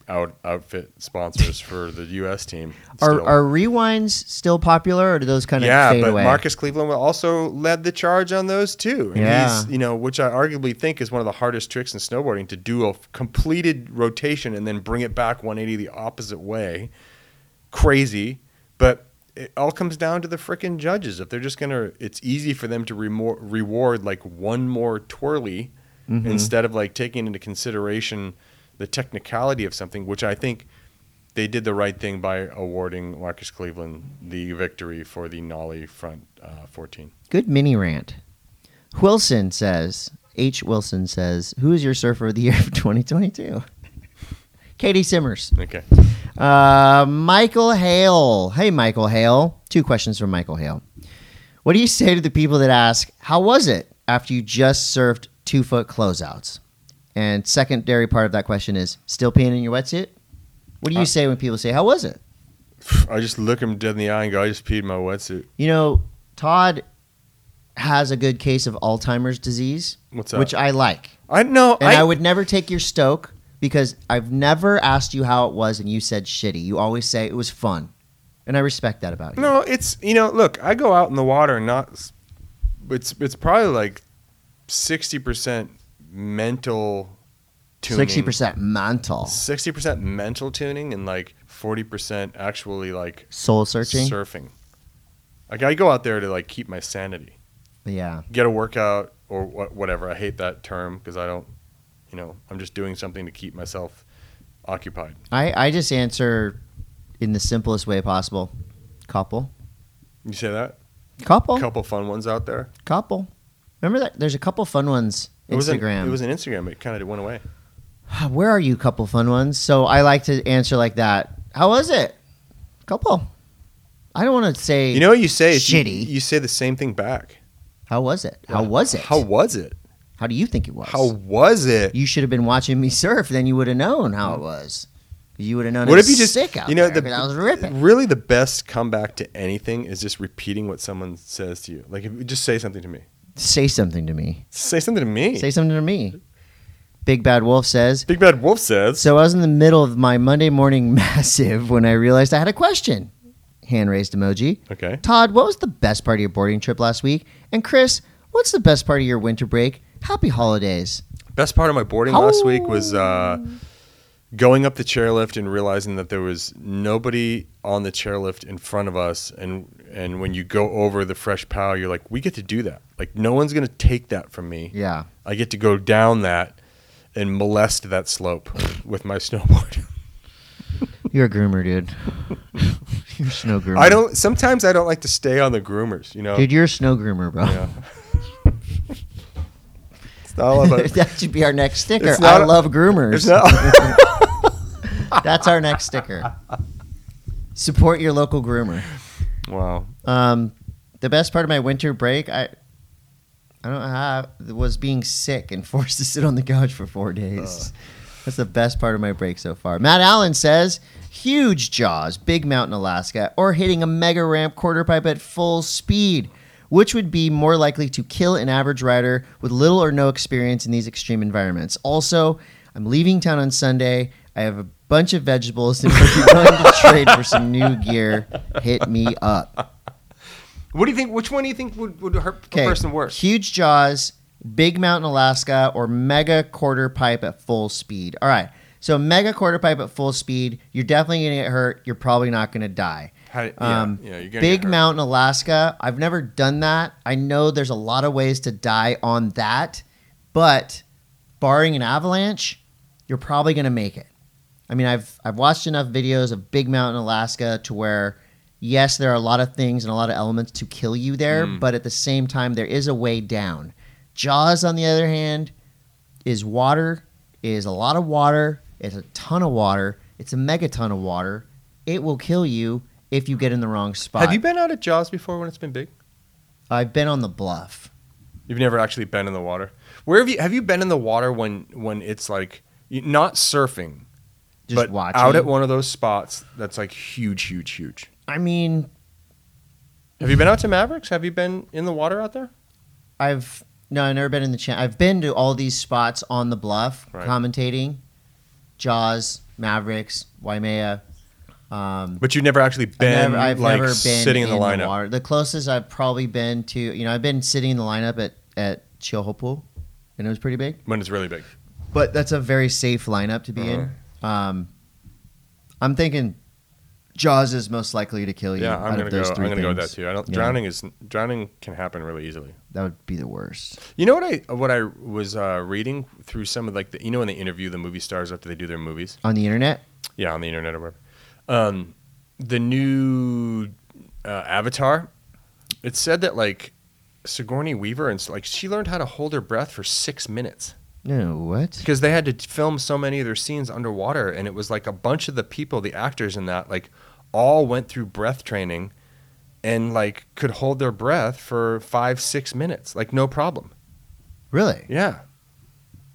B: out outfit sponsors for the U.S. team.
A: Are,
B: still.
A: are rewinds still popular or do those kind of
B: yeah,
A: fade
B: but
A: away?
B: Marcus Cleveland also led the charge on those too. And
A: Yeah.
B: he's, you know, which I arguably think is one of the hardest tricks in snowboarding to do a f- completed rotation and then bring it back 180 the opposite way. Crazy, but it all comes down to the frickin' judges. If they're just gonna, it's easy for them to remo- reward like one more twirly
A: Mm-hmm.
B: instead of like taking into consideration the technicality of something, which I think they did the right thing by awarding Marcus Cleveland the victory for the Nolly front uh, 14.
A: Good mini rant. Wilson says, H. Wilson says, who is your surfer of the year of 2022? Katie Simmers.
B: Okay.
A: Uh, Michael Hale. Hey, Michael Hale. Two questions from Michael Hale. What do you say to the people that ask, how was it after you just surfed two foot closeouts? And secondary part of that question is, still peeing in your wetsuit? What do you
B: Uh,
A: say when people say, how was it?
B: I just look him dead in the eye and go, I just peed my wetsuit.
A: You know, Todd has a good case of Alzheimer's disease,
B: What's that?
A: which I like.
B: I know.
A: And I,
B: I,
A: would never take your stoke because I've never asked you how it was and you said shitty. You always say it was fun. and I respect that about you.
B: No, it's you know, look, I go out in the water and not. s- It's it's probably like sixty percent mental tuning,
A: Sixty percent mental,
B: sixty percent mental tuning, and like forty percent actually like
A: soul searching.
B: surfing. Like I go out there to like keep my sanity,
A: yeah,
B: get a workout or wha- whatever. I hate that term because I don't, you know, I'm just doing something to keep myself occupied.
A: I I just answer in the simplest way possible. Couple,
B: You say that?
A: couple,
B: couple fun ones out there.
A: couple. Remember that? There's a couple fun ones.
B: It was an-
A: Instagram. Ah,
B: it was an Instagram. It kind of went away.
A: Where are you? Couple fun ones. So I like to answer like that. How was it? Couple. I don't want to say.
B: You know what you say? is you-
A: Shitty.
B: You, say the same thing back.
A: How was it? How was it?
B: How was it?
A: How do you think it was?
B: How was it?
A: you should have been watching me surf, then you would have known how it was. You would have known.
B: What
A: it
B: if
A: was
B: you just
A: sick out
B: you know
A: there,
B: the
A: 'cause I was ripping.
B: really the best comeback to anything is just repeating what someone says to you. Like if you just say something to me.
A: Say something to me.
B: Say something to me.
A: Say something to me. Big Bad Wolf says.
B: Big Bad Wolf says.
A: So I was in the middle of my Monday morning massive when I realized I had a question. Hand raised emoji.
B: Okay.
A: Todd, what was the best part of your boarding trip last week? And Chris, what's the best part of your winter break? Happy holidays.
B: Best part of my boarding last week was uh, going up the chairlift and realizing that there was nobody on the chairlift in front of us. And and when you go over the fresh pow, you're like, we get to do that. Like no one's gonna take that from me.
A: Yeah.
B: I get to go down that and molest that slope with my snowboard.
A: You're a groomer, dude. you're a snow groomer.
B: I don't. Sometimes I don't like to stay on the groomers. You know,
A: Dude, you're a snow groomer, bro.
B: Yeah. it's not all about.
A: that should be our next sticker.
B: It's not
A: I
B: a-
A: love
B: it's
A: groomers.
B: not.
A: That's our next sticker. Support your local groomer.
B: wow.
A: Um, the best part of my winter break, I, I don't have, was being sick and forced to sit on the couch for four days. That's the best part of my break so far. Matt Allen says, huge jaws, big mountain Alaska, or hitting a mega ramp quarter pipe at full speed. Which would be more likely to kill an average rider with little or no experience in these extreme environments? Also, I'm leaving town on Sunday. I have a bunch of vegetables. and If you're willing to trade for some new gear, hit me up.
C: What do you think? Which one do you think would, would hurt a person worse?
A: Huge jaws, big mountain Alaska, or mega quarter pipe at full speed. All right. So mega quarter pipe at full speed, you're definitely gonna get hurt. You're probably not gonna die.
B: How, yeah,
A: Um,
B: yeah, you're gonna
A: big
B: get hurt.
A: mountain Alaska. I've never done that. I know there's a lot of ways to die on that, but barring an avalanche, you're probably gonna make it. I mean, I've I've watched enough videos of Big Mountain Alaska to where yes, there are a lot of things and a lot of elements to kill you there,
B: Mm.
A: but at the same time there is a way down. Jaws on the other hand is water, is a lot of water, it's a ton of water, it's a megaton of water. It will kill you if you get in the wrong spot.
B: Have you been out at Jaws before when it's been big?
A: I've been on the bluff.
B: You've never actually been in the water. Where have you? Have you been in the water when when it's like you- not surfing,
A: Just
B: but
A: watching.
B: out at one of those spots that's like huge, huge, huge?
A: I mean,
B: Have you been out to Mavericks? Have you been in the water out there?
A: I've no, I've never been in the channel. I've been to all these spots on the bluff,
B: Right.
A: commentating, Jaws, Mavericks, Waimea. Um,
B: But you've never actually been
A: never-
B: like sitting in the lineup.
A: water. The closest I've probably been to, you know, I've been sitting in the lineup at at Chihuahua, and it was pretty big.
B: when it's really big.
A: But that's a very safe lineup to be
B: Uh-huh.
A: in. Um, I'm thinking Jaws is most likely to kill you.
B: Yeah, I'm
A: out
B: gonna
A: of
B: go.
A: those
B: I'm
A: 3
B: gonna go with that
A: things.
B: too. I don't,
A: Yeah.
B: Drowning is drowning can happen really easily.
A: That would be the worst.
B: You know what I what I was uh, reading through some of like the you know when they interview the movie stars after they do their movies.
A: On the internet,
B: Yeah, on the internet or whatever. Um, the new uh, Avatar. It said that like Sigourney Weaver and s- like she learned how to hold her breath for six minutes
A: no, what?
B: because they had to t- film so many of their scenes underwater, and it was like a bunch of the people, the actors in that, like all went through breath training, and like could hold their breath for five six minutes, like no problem.
A: Really?
B: Yeah.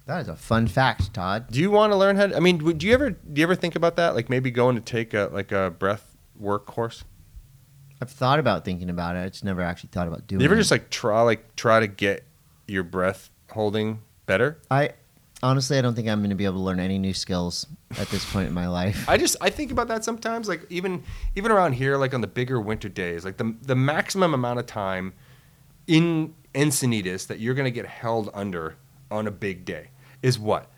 A: That is a fun fact, Todd.
B: Do you want to learn how? To, I mean, would do you ever do you ever think about that? Like maybe going to take a like a breath work course.
A: I've thought about thinking about it. I just never actually thought about doing
B: You ever
A: it.
B: just like try like try to get your breath holding better?
A: I honestly, I don't think I'm going to be able to learn any new skills at this point in my life.
B: I just I think about that sometimes. Like even even around here, like on the bigger winter days, like the the maximum amount of time in Encinitas that you're gonna get held under on a big day is what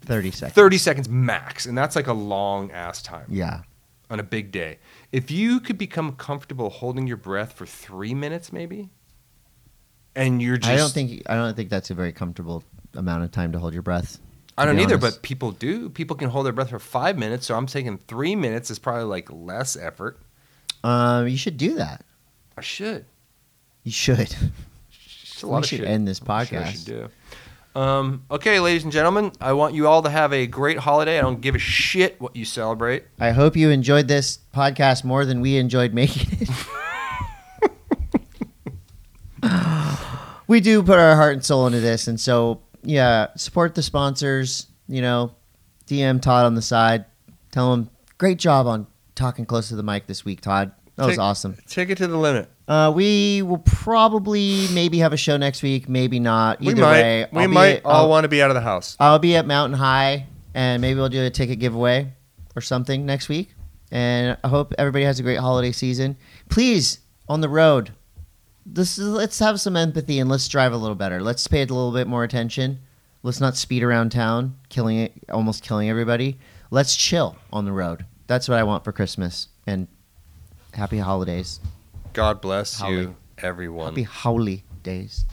A: 30 seconds.
B: thirty seconds max, and that's like a long ass time
A: Yeah.
B: on a big day. If you could become comfortable holding your breath for three minutes, maybe, and you're just
A: I don't think I don't think that's a very comfortable amount of time to hold your breath.
B: I
A: to
B: don't
A: be
B: either,
A: honest.
B: but people do. People can hold their breath for five minutes, so I'm taking three minutes is probably like less effort.
A: Um, you should do that.
B: I should.
A: You should.
B: It's a
A: We
B: lot of
A: should
B: shit.
A: end this
B: I'm sure I
A: podcast.
B: should do. Um, okay, ladies and gentlemen, I want you all to have a great holiday. I don't give a shit what you celebrate.
A: I hope you enjoyed this podcast more than we enjoyed making it. we do put our heart and soul into this, and so yeah, support the sponsors. You know, DM Todd on the side. Tell him great job on talking close to the mic this week, Todd. That was
B: Take-
A: awesome.
B: Take it to the limit.
A: Uh, we will probably maybe have a show next week, maybe not. Either
B: we might.
A: way,
B: we
A: I'll be-
B: might all
A: I'll-
B: want to be out of the house.
A: I'll be at Mountain High, and maybe we'll do a ticket giveaway or something next week. And I hope everybody has a great holiday season. Please, on the road, this is, let's have some empathy and let's drive a little better. Let's pay it a little bit more attention. Let's not speed around town, killing it, almost killing everybody. Let's chill on the road. That's what I want for Christmas and happy holidays.
B: God bless
A: Holly.
B: you, everyone.
A: Happy holidays.